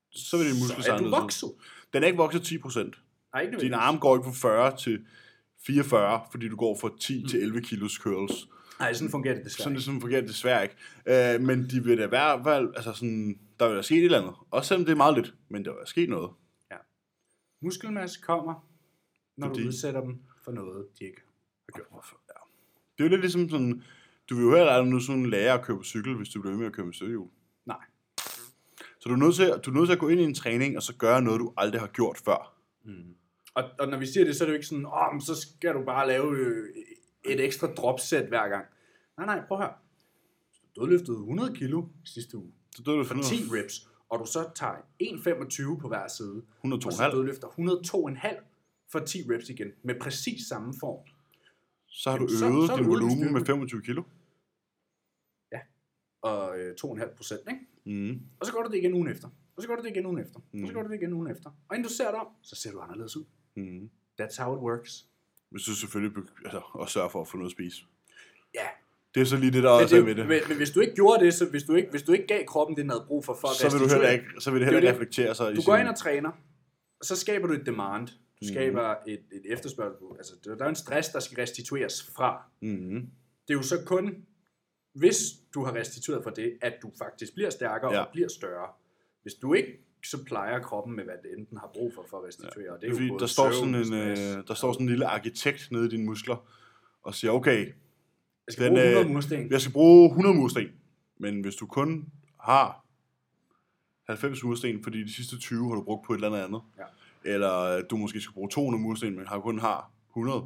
så vil din muskel så se er du anderledes vokset. ud. Den er ikke vokset 10 procent. Nej, ikke Din nødvendigvis. arm går ikke fra 40 til 44, fordi du går fra 10 til 11 kilos curls. Nej, sådan fungerer det desværre. Sådan Sådan, det sådan fungerer det desværre ikke. Øh, men de vil da i hvert fald, altså sådan, der vil da ske et eller andet. Også selvom det er meget lidt, men der vil da ske noget. Muskelmasse kommer, når Fordi- du udsætter dem for noget, de ikke har gjort. Ja. Det er jo lidt ligesom sådan, du vil jo heller aldrig nu sådan lære at køre på cykel, hvis du bliver ved med at køre med cykelhjul. Nej. Så du er, nødt til, du er nødt til at gå ind i en træning, og så gøre noget, du aldrig har gjort før. Og, og når vi siger det, så er det jo ikke sådan, åh, men så skal du bare lave øh, et ekstra dropsæt hver gang. Nej, nej, prøv her. Hvis du dødløftede 100 kilo sidste uge Så døde du for for 10 reps, og du så tager 1,25 på hver side, og så 102,5, dødløfter 102,5 for 10 reps igen, med præcis samme form. så har du så- øget så er din du ude på volumen med styrken. 25 kilo. Og øh, 2,5 procent, ikke? Mm. Og så gør du det igen ugen efter. Og så gør du det igen ugen efter. Og Mm. så gør du det igen ugen efter. Og inden du ser det om, så ser du anderledes ud. Mm. That's how it works. Hvis du selvfølgelig begy- altså, og sørge for at få noget at spise. Ja, Det er så lige det, der også er men, med det, men, det. men hvis du ikke gjorde det, så hvis du ikke, hvis du ikke gav kroppen det, den havde brug for for at Så vil, du restituere, heller ikke, så vil det heller Det er ikke det. reflektere sig i Du sin- går ind og træner, så skaber du et demand. Mhm. Du skaber mm. et, et efterspørgsel. på- Altså, der der er en stress, der skal restitueres fra. Mm-hmm. Det er jo så kun, hvis du har restitueret for det, at du faktisk bliver stærkere Ja. ja. og bliver større. Hvis du ikke, så plejer kroppen med, hvad den enten har brug for for at restituere. Ja. Og det er jo Fordi både der står, søvn, sådan en, stress. øh, der står sådan en lille arkitekt nede i dine muskler, og siger, okay, Jeg skal den, bruge 100 øh, mursten. jeg skal bruge 100 mursten, men hvis du kun har 90 mursten, fordi de sidste 20 har du brugt på et eller andet andet, Ja. eller du måske skal bruge 200 mursten, men har kun har 100,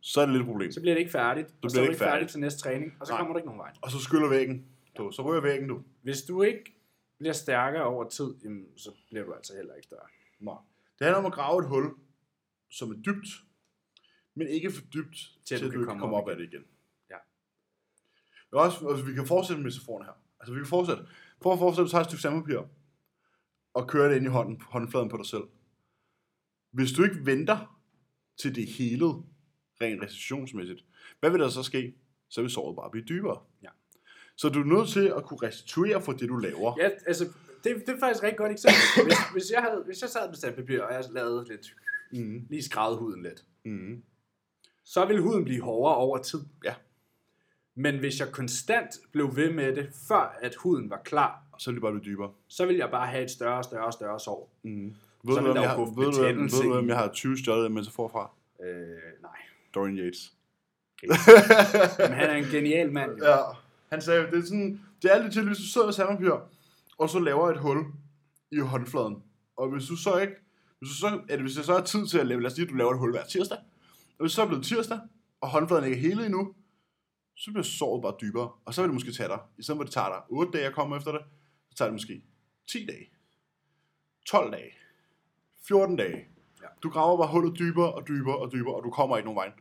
så er det lidt et problem. Så bliver det ikke færdigt. Så bliver og så er det du ikke ikke færdig færdigt. til næste træning, og så Nej. kommer du ikke nogen vej. Og så skyller væggen, du. Så rører væggen, du. Hvis du ikke bliver stærkere over tid, jamen, så bliver du altså heller ikke større. Nej. Det handler om at grave et hul, som er dybt, men ikke for dybt, til at du, kan ikke komme kommer op op af det igen. Ja. Og også, altså, vi kan fortsætte med metaforen her. Altså, vi kan fortsætte. Prøv at forestille dig, at du tager et stykke sandpapir, og kører det ind i hånden, håndfladen på dig selv. Hvis du ikke venter til det er helet, rent restitutionsmæssigt, hvad vil der så ske? Så vil såret bare blive dybere. Ja. Så du er nødt til at kunne restituere for det, du laver. Ja, altså, det, det er faktisk et rigtig godt eksempel. Hvis, hvis, jeg havde, hvis jeg sad med sandpapir, og jeg lavede lidt, Mm. lige skravede huden lidt, Mm. så ville huden blive hårdere over tid. ja. Men hvis jeg konstant blev ved med det, før at huden var klar, Og så vil det bare blive dybere. så ville jeg bare have et større og større og større sår. Mm. Ved, Så du, vil hvem der jo jeg, har- gå ved, du, hvem, betændelse ved du, i. hvem jeg har 20 stjålet en metafor fra? Øh, nej. Dorian Yates. Okay. Men han er en genial mand. Jo. Ja. Han sagde, det er sådan, det er lidt til, hvis du sidder i samme og så laver et hul i håndfladen. Og hvis du så ikke, hvis du så, eller hvis det så er tid til at lave, lad os sige, at du laver et hul hver tirsdag. Og hvis det så er blevet tirsdag, og håndfladen ikke er hele endnu, så bliver såret bare dybere. Og så vil det måske tage dig, i stedet for at det tager dig 8 dage at komme efter det, så tager det måske 10 dage, 12 dage, 14 dage. Ja. Du graver bare hullet dybere og dybere og dybere, og du kommer ikke nogen vej.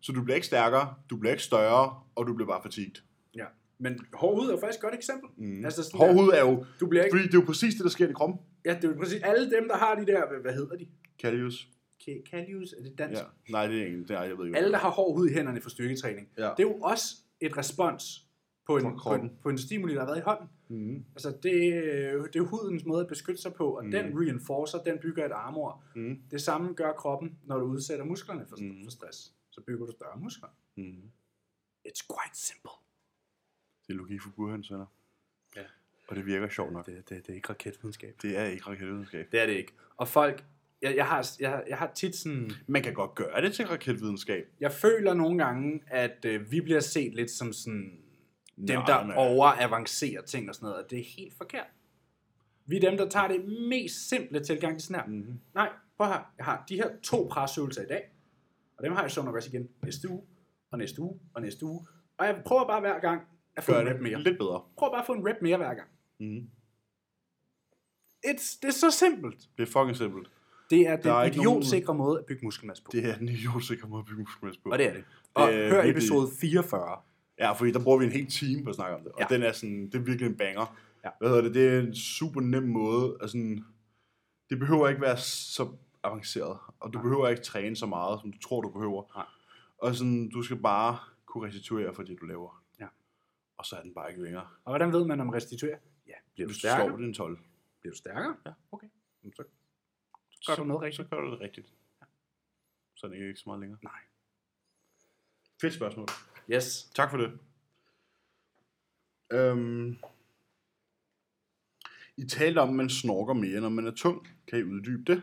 Så du bliver ikke stærkere, du bliver ikke større, og du bliver bare fatigued. Ja. Men hård hud er faktisk et godt eksempel. Mm. Altså sådan Mm-hmm. Hård der- hud er jo, Du bliver ikke... fordi det er jo præcis det, der sker i kroppen. Ja, det er jo præcis alle dem, der har de der... hvad- Hvad hedder de? Callius. Ka- Kalius? Er det dansk? Ja. Ja. Nej, det er ikke, det er, jeg ved ikke. Alle, der har hård hud i hænderne for styrketræning. Ja. Det er jo også et respons på en, Fra på kroppen. en, på en stimuli, der har været i hånden. Mm. Altså, det, øh, det er hudens måde at beskytte sig på, og mm. den reinforcer, den bygger et armor. Mm. Det samme gør kroppen, når du udsætter musklerne for, mm. for stress. Så bygger du større muskler. Mm. It's quite simple. Det er logik for burhøns, venner. Ja. Og det virker sjovt nok. Det, det, det er ikke raketvidenskab. Det er ikke raketvidenskab. Det er det ikke. Og folk, jeg, jeg, har, jeg, jeg har tit sådan... Man kan godt gøre det til raketvidenskab. Jeg føler nogle gange, at øh, vi bliver set lidt som sådan dem, Nej, der nej. overavancerer ting og sådan noget, og det er helt forkert. Vi er dem, der tager det mest simple tilgang til sådan her. Mhm. Nej, prøv her. Jeg har de her to presøvelser i dag, og dem har jeg sjovt nok også igen næste uge, og næste uge, og næste uge. Og jeg prøver bare hver gang at få Gør en rep det mere. lidt bedre. Prøv bare at få en rep mere hver gang. Mm. It's, det er så simpelt. Det er fucking simpelt. Det er Der er den ikke nogen- idiotsikre måde at bygge muskelmasse på. Det er den idiotsikker måde at bygge muskelmasse på. Og det er det. Og er hør virkelig- episode 44. Ja, fordi der bruger vi en hel time på at snakke om det. Og ja. Ja. den er sådan, det er virkelig en banger. Ja. Hvad hedder det? Det er en super nem måde. Altså, det behøver ikke være så avanceret. Og du Nej. behøver ikke træne så meget, som du tror, du behøver. Nej. Og sådan, du skal bare kunne restituere for det, du laver. Ja. Og så er den bare ikke længere. Og hvordan ved man, om restituerer? Ja, bliver du Hvis du slår stærkere? det en 12, Bliver du stærkere? Ja, okay. Jamen, Så gør så, du noget rigtigt. så gør du det rigtigt. Så er det ikke så meget længere. Nej. Fedt spørgsmål. Yes. Tak for det. Øhm, I talte om, at man snorker mere, når man er tung. Kan I uddybe det?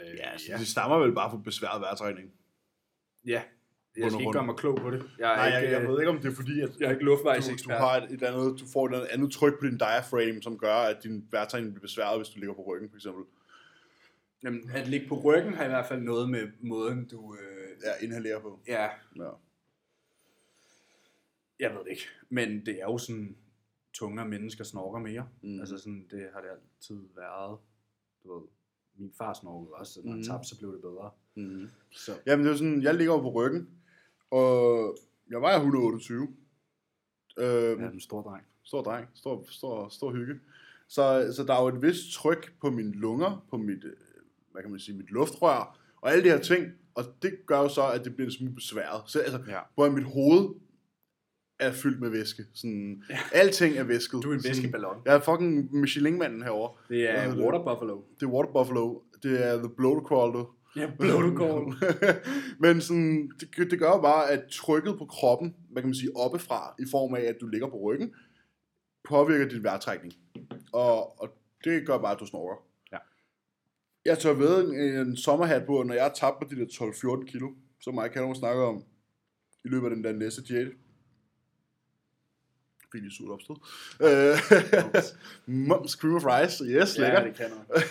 Øh, Ja, altså, det stammer vel bare fra besværet vejrtræning. ja. Jeg Under skal ikke runden. gøre mig klog på det. Jeg er Nej, ikke, jeg, jeg øh, ved ikke, om det er fordi, at jeg er ikke du, du, luftvejsekspert. har et, et eller andet, du får et eller andet tryk på din diaphragm, som gør, at din vejrtræning bliver besværet, hvis du ligger på ryggen, for eksempel. Jamen, at ligge på ryggen har i hvert fald noget med måden, du... Øh, Ja, inhalerer på. ja, Ja. jeg ved det ikke. Men det er jo sådan, tungere mennesker snorker mere. Mm. Mm. Altså sådan, det har det altid været. Du ved, min far snorkede også, så når han Mm. tabte, så blev det bedre. Mm. Så, Jamen, det er jo sådan, jeg ligger jo på ryggen, og jeg vejer 128. Øhm, jeg er en stor dreng. Stor dreng, stor, stor, stor hygge. Så, så der er jo et vist tryk på mine lunger, på mit, øh, hvad kan man sige, mit luftrør, og alle de her ting, og det gør jo så, at det bliver en smule besværet. Så altså, Ja. hvor mit hoved er fyldt med væske. Sådan, alting er væsket. Du er en Sådan- væskeballon. Jeg er fucking Michelin-manden herovre. Det er Hvad hedder Water Buffalo. Det er Water Buffalo. Det er The Blow Crawler. Ja, [LAUGHS] Blodekål. [LAUGHS] Men sådan, det, det gør jo bare, at trykket på kroppen, hvad kan man sige, oppefra, i form af, at du ligger på ryggen, påvirker dit vejrtrækning. Og, og det gør bare, at du snorker. Ja. Jeg tør ved en, en sommerhat på, når jeg tabte de der 12-14 kilo, som mig kan snakke om i løbet af den der næste diæt. Fik lige surt opstod. Øh, [LAUGHS] Mums, cream of rice, yes, lækkert. Ja, det kan noget.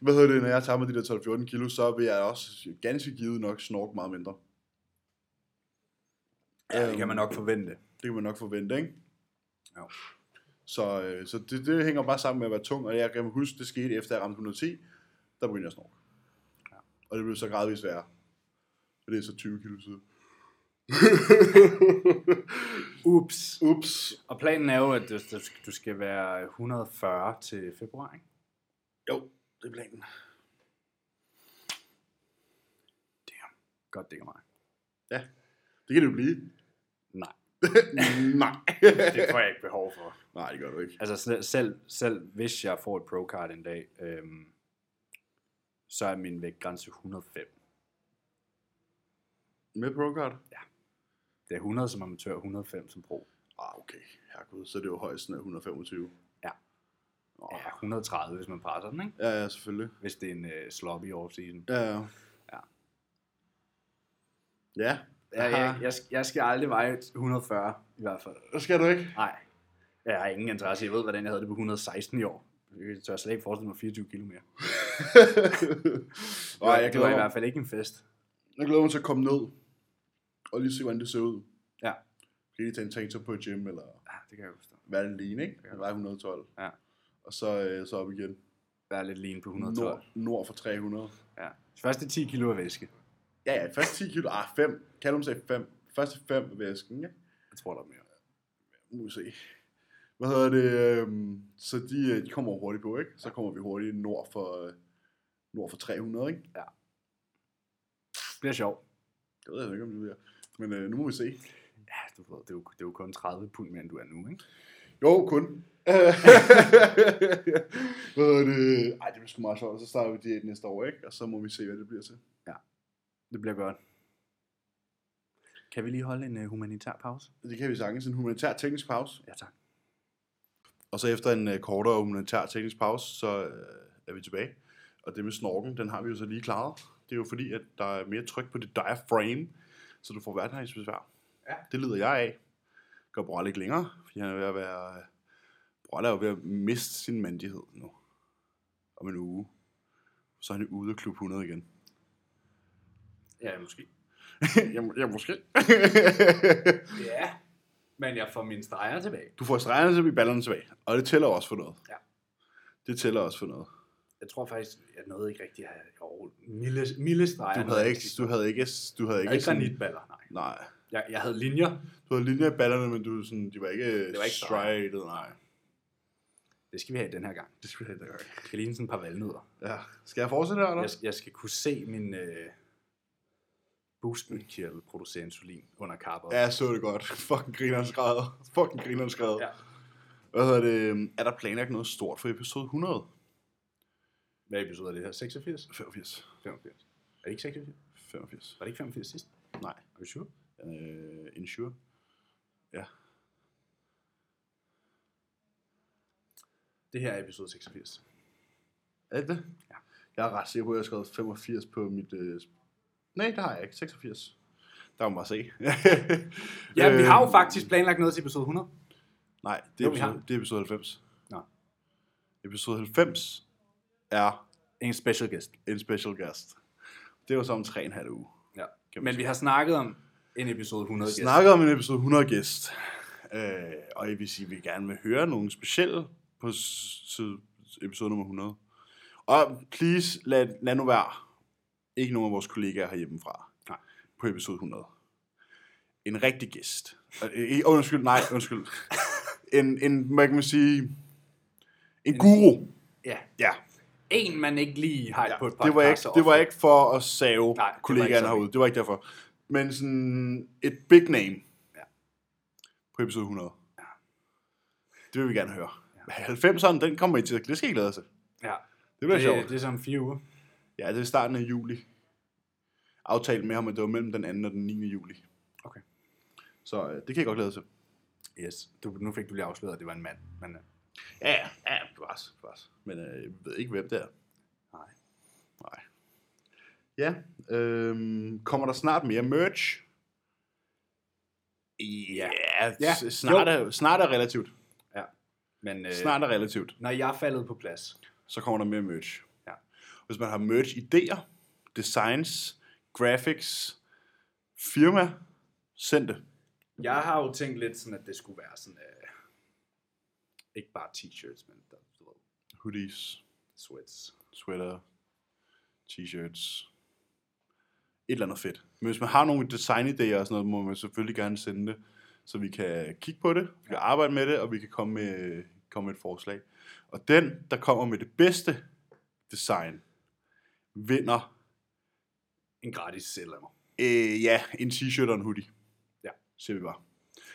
Hvad hedder det, når jeg tager mig de der 12-14 kilo, så vil jeg også ganske givet nok snorke meget mindre. Øhm, Ja, det kan man nok forvente. Det kan man nok forvente, ikke? Jo. Så, øh, så det, det, hænger bare sammen med at være tung, og jeg kan huske, det skete efter jeg ramte 110, der begyndte jeg at snorke. Og det blev så gradvist værre. Og det er så 20 kilo [LAUGHS] siden. Ups. Ups. Og planen er jo, at du- du skal- du skal være 140 til februar, ikke? Jo, det er planen. Damn. Godt, det kan mig. Ja, det kan det jo blive. Nej, [LAUGHS] [LAUGHS] Nej. det får jeg ikke behov for. Nej, det gør du ikke. Altså sel- selv, selv hvis jeg får et pro-card en dag, øhm, så er min vægtgrænse 105. Med ProCard? Det er 100 som amatør, 105 som pro. Ah, okay. Herregud, så er det jo højst sådan 125. Ja. Ja, 130, hvis man presser den, ikke? Ja, ja, selvfølgelig. Hvis det er en øh, sloppy off-season. Ja, ja. Ja. Ja. Ja, jeg, jeg, jeg skal aldrig veje 140, i hvert fald. Det skal du [LAUGHS] ikke. Nej. Jeg har ingen interesse. Jeg ved, hvordan jeg havde det på 116 i år. Jeg tør slet ikke forestille mig 24 kilo mere. Nej, jeg det var glæder, i mig, hvert fald ikke en fest. jeg glæder mig til at komme ned og lige se, hvordan det ser ud. Ja, Kan lige tage en tank på et gym, eller ah, det kan jeg forstå. hvad det ligner, ikke? Det var 112. Ja. Og så, øh, så op igen. Vær lidt lean på 112. Nord, nord for 300. Ja. De første 10 kilo er væske. Ja, ja, første 10 kilo. Ah, 5. Callum sagde 5. Første 5 er væsken, ja. Jeg tror, der er mere. Nu må vi se. Hvad hedder det? øhm, Så de, øh, de kommer hurtigt på, ikke? Så kommer vi hurtigt nord for, øh, nord for 300, ikke? Det bliver sjovt. Det ved jeg ikke, om det bliver. Men øh, nu må vi se. Ja, du ved, det er, jo, det er jo kun 30 pund mere, end du er nu, ikke? Jo, kun. [LAUGHS] Øh, Hvad hedder det? Ej, det bliver sgu meget sjovt. og Så starter vi diæt næste år, ikke? Og så må vi se, hvad det bliver til. Det bliver godt. Kan vi lige holde en uh, humanitær pause? Det kan vi sagtens. En humanitær teknisk pause. Ja, tak. Og så efter en øh, kortere humanitær teknisk pause, så øh, er vi tilbage. Og det med snorken, den har vi jo så lige klaret. Det er jo fordi, at der er mere tryk på dit diaphragm, så du får hverdagsbesvær. Ja. Det lider jeg af. Gør Brolle ikke længere, fordi han er ved at være... Brolle er jo ved at miste sin mandighed nu. Om en uge. Så er han ude af klub 100 [LAUGHS] igen. Ja, måske. jeg, må- jeg måske. Ja, men jeg får mine streger tilbage. [LAUGHS] du får stregerne til at blive ballerne tilbage. Og det tæller også for noget. Ja. Det tæller også for noget. Jeg tror faktisk, jeg nåede ikke rigtig at have jo, milde, milde streger. Du havde ikke, du havde ikke, du jeg havde ikke, havde ikke sådan- granitballer, nej. Nej. Jeg, jeg havde linjer. Du havde linjer i ballerne, men du, sådan, de var ikke, var ikke stridet, nej. Det skal vi have den her gang. Det skulle jeg ikke Det skal ligne sådan et par valnødder. Ja. Skal jeg fortsætte her, eller? Jeg, jeg skal kunne se min øh, boostmyndkirtel producere insulin under kappet. Ja, jeg så det godt. [LAUGHS] Fucking grineren skræder. Fucking grineren skræder. Ja. Hvad hedder det? Øhm, Er der planlagt noget stort for episode 100? Hvad episode er det her? 86? 85. 85. Er det ikke 86? 85. Var det ikke 85 sidst? Nej. Er du sure? Øh, insure. Ja. Det her er episode 86. Er det det? Ja. Jeg er ret sikker på, at jeg har skrevet 85 på mit... Øh... Nej, det har jeg ikke. 86. Der må man bare se. [LAUGHS] Ja, vi har jo Øh, faktisk planlagt noget til episode 100. Nej, det er, Jo, vi har. episode, det er episode 90. Nå. Episode 90 er En special guest. en special guest. Det var så om 3,5 uge. Ja. Kan man Men vi har snakket om en episode 100 Vi guest. snakker om en episode 100 gæst. Øh, og jeg vil sige, at vi gerne vil høre nogle specielle på s- s- episode nummer 100. Og please, lad, lad nu være. Ikke nogen af vores kollegaer herhjemmefra. Nej. På episode 100. En rigtig gæst. Og, øh, ikke- undskyld, nej, [LAUGHS] undskyld. en, en, hvad kan man sige? En, guru. Ja. Ja, En, man ikke lige har ja, på et podcast. det var, ikke, så det var ofte. ikke for at save Nej, det var ikke kollegaerne sådan. herude. Det var ikke derfor. Men sådan et big name. Ja. på episode 100. Ja. Det vil vi gerne høre. Ja. 90'eren, den kommer I til. Det skal I glæde jer til. Ja. Det bliver sjovt. Det, det er som fire uger. Ja, det er starten af juli. Aftalt med ham, at det var mellem den 2. og den 9. juli. Okay. Så øh, det kan jeg godt glæde jer til. Yes. Du, nu fik du lige afsløret, at det var en mand. Men, øh, Ja, ja, ja, bevares, bevares. Men øh, jeg ved ikke, hvem det er. nej. Nej. Ja, øhm, kommer der snart mere merch? Ja, Ja, s- snart, jo. er, snart er relativt. Ja. Men øh, Snart er relativt. når jeg er faldet på plads, Så kommer der mere merch. Ja. Hvis man har merch-idéer, designs, graphics, firma, send det. jeg har jo tænkt lidt sådan, at det skulle være sådan, øh, ikke bare t-shirts, men der, du ved, Hoodies, sweats. sweater, t-shirts, et eller andet fedt. Men hvis man har nogle designidéer og sådan noget, må man selvfølgelig gerne sende det, så vi kan kigge på det, vi kan arbejde med det, og vi kan komme med, komme med et forslag. Og den, der kommer med det bedste design, vinder En gratis sætlemmer. øh, ja, en t-shirt og en hoodie. Ja. Ser vi bare.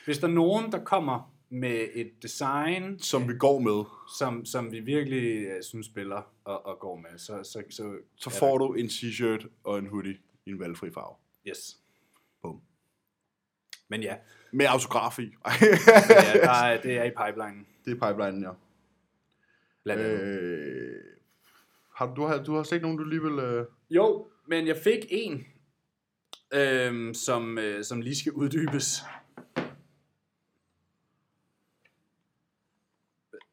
Hvis der er nogen, der kommer med et design, Som vi går med, som, som vi virkelig øh, synes spiller og, og går med, så, så, så, så er får du en t-shirt og en hoodie i en valgfri farve. der- Yes. Bum. Men ja, Med autograf i. ja der er, det er i pipelinen. [LAUGHS] det er pipelinen, ja. Blandt andet. Øh, har du, du, har, du har slet ikke nogen, du lige vil... Øh... Jo, men jeg fik en, øhm, som, øh, som lige skal uddybes.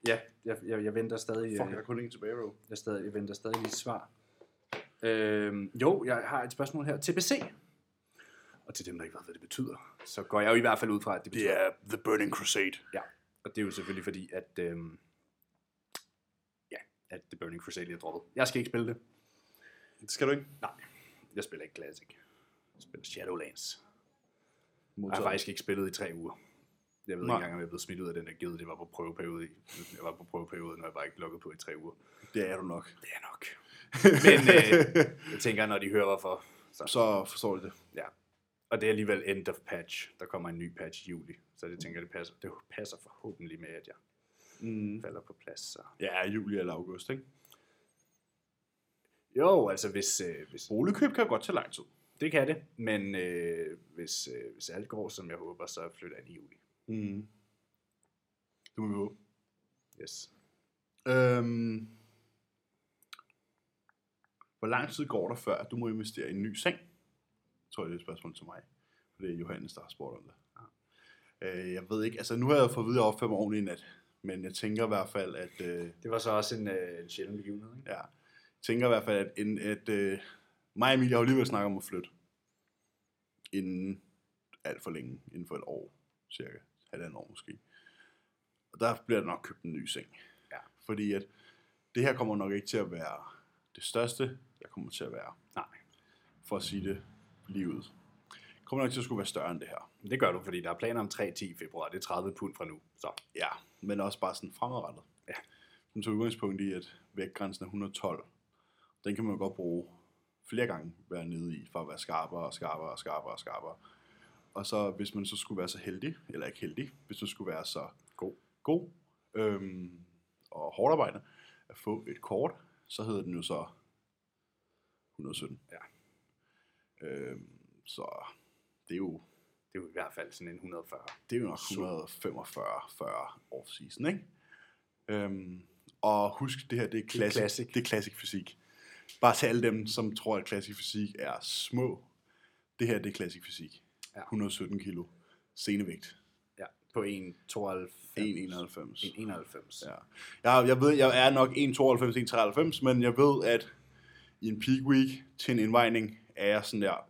Ja, jeg, jeg, jeg venter stadig. øh, kun en tilbage, bro. jeg, stadig, jeg venter stadig lige et svar. Øhm, jo, jeg har et spørgsmål her. TBC. Og til dem, der ikke ved, hvad det betyder, så går jeg jo i hvert fald ud fra, at det betyder... Det er The Burning Crusade. Ja, og det er jo selvfølgelig fordi, at, øhm, ja, at The Burning Crusade er droppet. Jeg skal ikke spille det. Det skal du ikke. Nej, jeg spiller ikke Classic. Jeg spiller Shadowlands. Jeg har Modtaget. faktisk ikke spillet i tre uger. Jeg ved Nej. ikke engang, om jeg er blevet smidt ud af den der givet. Det var på prøveperiode. i. Jeg var på prøveperiode, når jeg bare ikke lukket på i tre uger. Det er du [LAUGHS] nok. Det er nok. Men øh, jeg tænker, når de hører hvorfor. Så, [LAUGHS] Så forstår du det. ja. Og det er alligevel end of patch. Der kommer en ny patch i juli. Så det tænker jeg, det passer. Det passer forhåbentlig med, at jeg Mm. falder på plads. Så. Ja, juli eller august, ikke? Jo, altså hvis, øh, hvis Boligkøb kan jo godt tage lang tid. det kan det, men øh, hvis, øh, hvis alt går, som jeg håber, så flytter jeg i juli. Mm. Det må vi håbe. Yes. Øhm, hvor lang tid går der, før at du må investere i en ny seng? Jeg tror, det er et spørgsmål til mig. For det er Johannes, der har spurgt om det. Øh, jeg ved ikke, altså nu har jeg fået at vide, at jeg opfører mig ordentligt i nat. Men jeg tænker i hvert fald, at... Øh, Det var så også en, øh, en sjælden begivenhed, ikke? ja, jeg tænker i hvert fald, at, en, at øh, mig og Emilie har jo alligevel snakket om at flytte. Inden alt for længe. Inden for et år, cirka. Halvandet år måske. Og der bliver der nok købt en ny seng. Ja. Fordi at det her kommer nok ikke til at være det største, jeg kommer til at være. Nej. For at sige det livet. Jeg kommer nok til at skulle være større end det her. Det gør du, fordi der er planer om 3-10 i februar. Det er 30 pund fra nu. Så Ja, men også bare sådan fremadrettet. Ja. Som tog udgangspunkt i, at vægtgrænsen er 112. Den kan man jo godt bruge flere gange være nede i, for at være skarpere og skarpere og skarpere og skarpere. Og så hvis man så skulle være så heldig, eller ikke heldig, hvis man skulle være så god. god øhm, og hårdt arbejde, at få et kort, så hedder den jo så 117. Øhm, så det er jo, Det er jo i hvert fald sådan en 140. det er jo nok 145 40 off-season, ikke? Øhm, og husk, det her det er klassisk, classic. det er klassik. det er klassik fysik. Bare til alle dem, som tror, at klassisk fysik er små. Det her det er klassisk fysik. Ja. 117 kilo. Senevægt. Ja, på 192. 191. 191. Ja. Ja. Jeg, jeg ved, jeg er nok 1,92, 1,93, men jeg ved, at i en peak week til en indvejning er jeg sådan der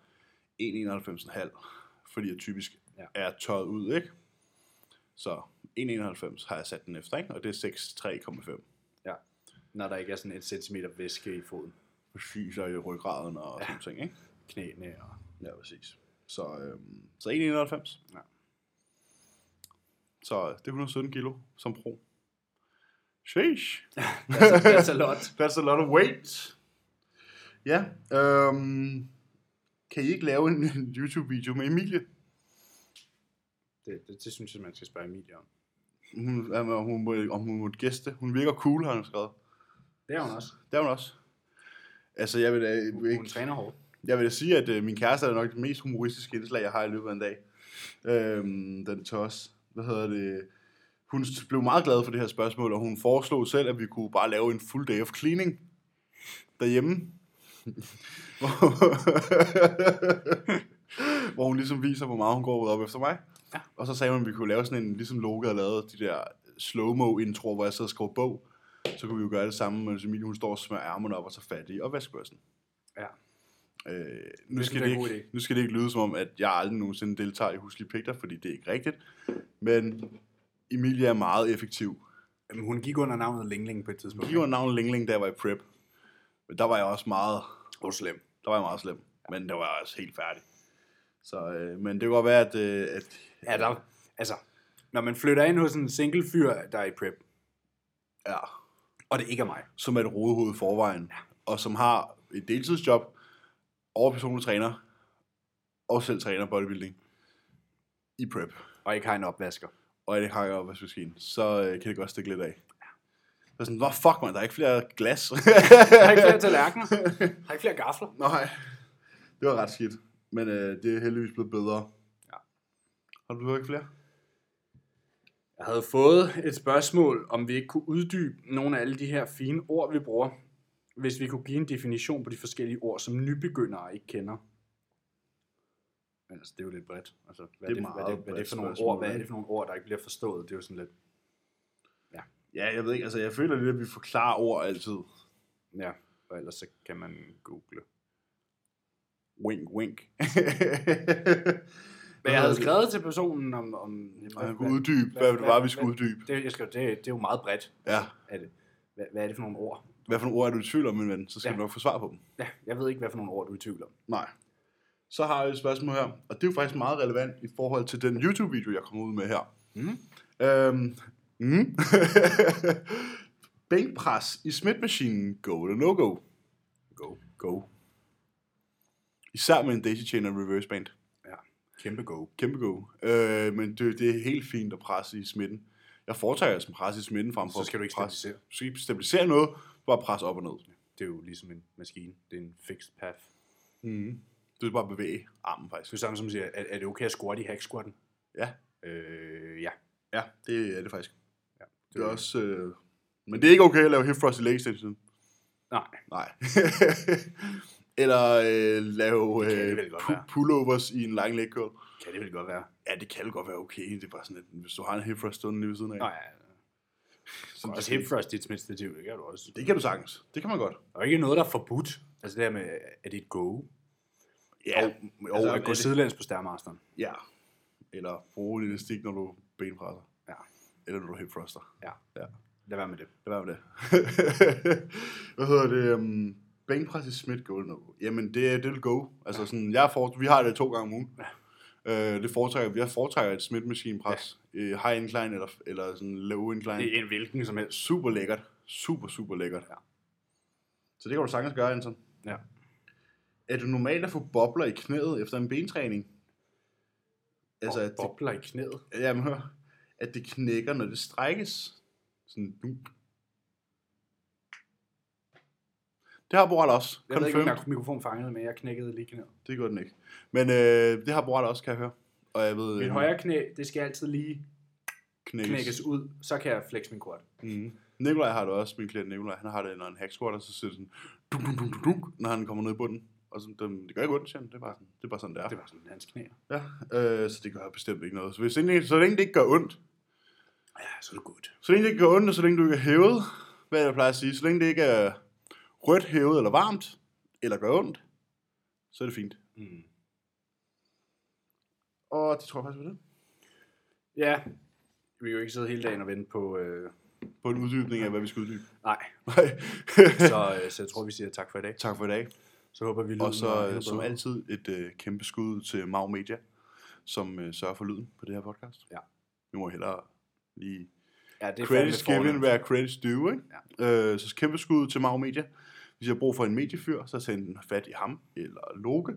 1,91,5, fordi jeg typisk Ja. ja. er tørret ud, ikke? Så 1,91 har jeg sat den efter, ikke? Og det er 6,3,5. ja. Når der ikke er sådan et centimeter væske i foden. Præcis, og i ryggraden og ja. sådan ting, ikke? Knæene og... Ja, præcis. Så, øhm, så 1,91. Ja. Så øh, det er 117 kilo som pro. Sheesh. That's a lot. That's a lot of weight. Ja, øhm, kan I ikke lave en, en YouTube-video med Emilie? Det Det, det, det synes jeg, man skal spørge Emilie om. Hun, om hun, må, om hun måtte gæste. Hun virker cool, har hun skrevet. Det er hun også. Det er hun også. Altså, jeg vil da, Hun, hun ikke, træner hårdt. jeg vil da sige, at øh, min kæreste er nok det mest humoristiske indslag, jeg har i løbet af en dag. Øhm, den tos. Hvad hedder det? Hun s- blev meget glad for det her spørgsmål, og hun foreslog selv, at vi kunne bare lave en full day of cleaning [LAUGHS] derhjemme. [LAUGHS] Hvor- hvor hun ligesom viser, hvor meget hun går ud op efter mig. Ja. Og så sagde hun, at vi kunne lave sådan en, ligesom Loke havde lavet de der slow-mo-introer, hvor jeg sad og skrev bog. Så kunne vi jo gøre det samme, mens Emilie hun står og smører ærmerne op og tager fat i og vaskebørsen. Ja. Øh, nu, synes skal jeg er det en god ikke, idé. nu skal det ikke lyde som om, at jeg aldrig nogensinde deltager i huslige pligter, fordi det er ikke rigtigt. Men Emilie er meget effektiv. Jamen, hun gik under navnet Lingling på et tidspunkt. Giv mig navnet Lingling, da jeg var i prep. Men der var jeg også meget, var slem. der var jeg meget slem. Men der var jeg også helt færdig. Så, øh, men det kan godt være, at, øh, at Ja, der, altså, når man flytter ind hos en single fyr, der er i prep, ja, og det ikke er mig. som er et rodehoved i forvejen, og som har et deltidsjob, og personlig træner, og selv træner bodybuilding i prep. og ikke har en opvasker. og det hakker op af maskinen, så øh, kan det godt stikke lidt af. Så er sådan, hvor fuck man, der er ikke flere glas. Der er ikke flere tallerkener. Der er ikke flere gafler. Nej, det var ret skidt. Men øh, det er heldigvis blevet bedre. Ja. Har du hørt ikke flere? Jeg havde fået et spørgsmål, om vi ikke kunne uddybe nogle af alle de her fine ord, vi bruger, hvis vi kunne give en definition på de forskellige ord, som nybegyndere ikke kender. Men altså, det er jo lidt bredt. Altså, hvad Det er er det, hvad er meget det, hvad er det for bredt nogle spørgsmål, ord, hvad er ikke? det for nogle ord, der ikke bliver forstået? Det er jo sådan lidt, Ja, jeg ved ikke, altså jeg føler lidt, at vi forklarer ord altid. ja, og ellers så kan man google. Wink, [LAUGHS] wink. Men jeg havde skrevet til personen om... om Og jeg kunne uddybe, hvad, det var, vi skulle uddybe. Det, jeg skrev, det, det er jo meget bredt. Ja. Er det. Hvad, hvad er det for nogle ord? Hvad for nogle ord er du i tvivl om, min ven? Så skal Ja. ja. du nok få svar på dem. Ja, jeg ved ikke, hvad for nogle ord, du er i tvivl om. Nej. Så har jeg et spørgsmål her, og det er jo faktisk meget relevant i forhold til den YouTube-video, jeg kommer ud med her. Mm. Øhm, mm. [LAUGHS] Bænkpres i smitmaskinen, go eller no-go? Go. Go. Især med en daisy chain og reverse band. Ja. Kæmpe go. Kæmpe go. Øh, men det, det, er helt fint at presse i smitten. Jeg foretrækker altså presse i smitten frem for Så skal du ikke at presse. stabilisere. Du skal ikke stabilisere noget, bare presse op og ned. Det er jo ligesom en maskine. Det er en fixed path. Mm. Du skal bare bevæge armen Det faktisk. er jo samme som siger, er, er det okay at squatte i hack squatten? Ja, Øh, ja. ja det er det faktisk. ja. Det er også... Øh... Men det er ikke okay at lave hip thrust i leg extension. Nej, Nej. [LAUGHS] Eller øh, lave Det kan øh, det vel godt pu- være. pullovers i en lang leg curl. kan det vel godt være. Ja, det kan det godt være okay. Det er bare sådan, at hvis du har en hip thrust stående lige ved siden af. Nej, ja. så Så det, også skal- hip thrust i et smitstativ, det kan du også. det kan du sagtens. Det kan man godt. Der er ikke noget, der er forbudt. Altså det her med, er det et go? Ja. Og, og altså, altså, at er gå det- sidelæns på stærmasteren. ja. Eller bruge en elastik, når du benpresser. Ja. Eller når du hip thruster. Ja, Ja. lad være med det. Lad være med det. [LAUGHS] Hvad hedder det? Um, bænkpres i Smith Gold no. Jamen, det, er- det vil go. Altså, sådan, jeg for, vi har det to gange om ugen. Ja. Øh, det foretrækker, jeg foretrækker et Smith Machine pres. Ja. Øh, high incline eller, eller sådan low incline. Det er en hvilken som helst. Super lækkert. Super, super lækkert. Ja. Så det kan du sagtens gøre, Anton. Ja. Er det normalt at få bobler i knæet efter en bentræning? Altså, Altså, at og bobler i knæet. det, jamen, hør, at det knækker, når det strækkes. Sådan, du. Det har Borat også. Jeg ved ikke, om Confirmed. jeg mikrofon fangede, men jeg knækkede lige knæet. Det gør den ikke. Men øh, det har Borat også, kan jeg høre. Og jeg ved, Min øh, højre knæ, det skal altid lige knækkes. knækkes ud, så kan jeg flex min kort. Mm. Nikolaj har det også, min klient Nikolaj, han har det, når han hack squatter, så siger det sådan, dunk, dunk, dunk, dunk, dunk, når han kommer ned i bunden. Og så, det, det gør ikke ondt, siger han. Det er bare sådan, det er bare sådan, det er. Det var sådan hans knæ. Ja, øh, så det gør bestemt ikke noget. Så, hvis, egentlig- så længe det ikke gør ondt, Ja, så er det godt. så længe det ikke gør ondt, og så længe du ikke er hævet, hvad er det, jeg plejer at sige, så længe det ikke er rødt, hævet eller varmt, eller gør ondt, så er det fint. Mm. Og det tror jeg faktisk var det. Ja, vi kan jo ikke sidde hele dagen og vente på... Øh, På en uddybning af, hvad vi skal uddybe. nej, [LAUGHS] Nej. [LAUGHS] så, øh, så jeg tror, vi siger tak for i dag. tak for i dag. Så håber vi, lyden Og så er øh, endnu som bedre. altid et øh, kæmpe skud til Mau Media, som øh, sørger for lyden på det her podcast. Ja. Vi må hellere lige... Ja, det er Credits fandme given, fornemt. være credits due, ikke? Ja. Øh, så kæmpe skud til Mau Media. Hvis jeg har brug for en mediefyr, så send fat i ham eller Loke.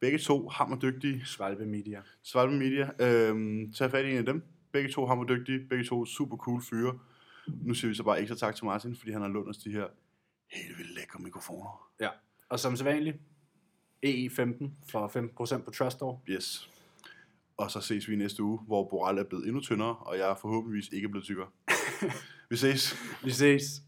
Begge to hammerdygtige. Svalbe Media. Svalbe Media. Øhm, tag fat i en af dem. Begge to hammerdygtige. Begge to super cool fyre. Nu siger vi så bare ekstra tak til Martin, fordi han har lånt os de her helt vildt lækre mikrofoner. Ja. Og som sædvanligt, EE15 for 15% på Trustore. Yes. Og så ses vi i næste uge, [LAUGHS] hvor Boral er blevet endnu tyndere, og jeg er forhåbentligvis ikke blevet tykkere. Vi ses. Vi ses.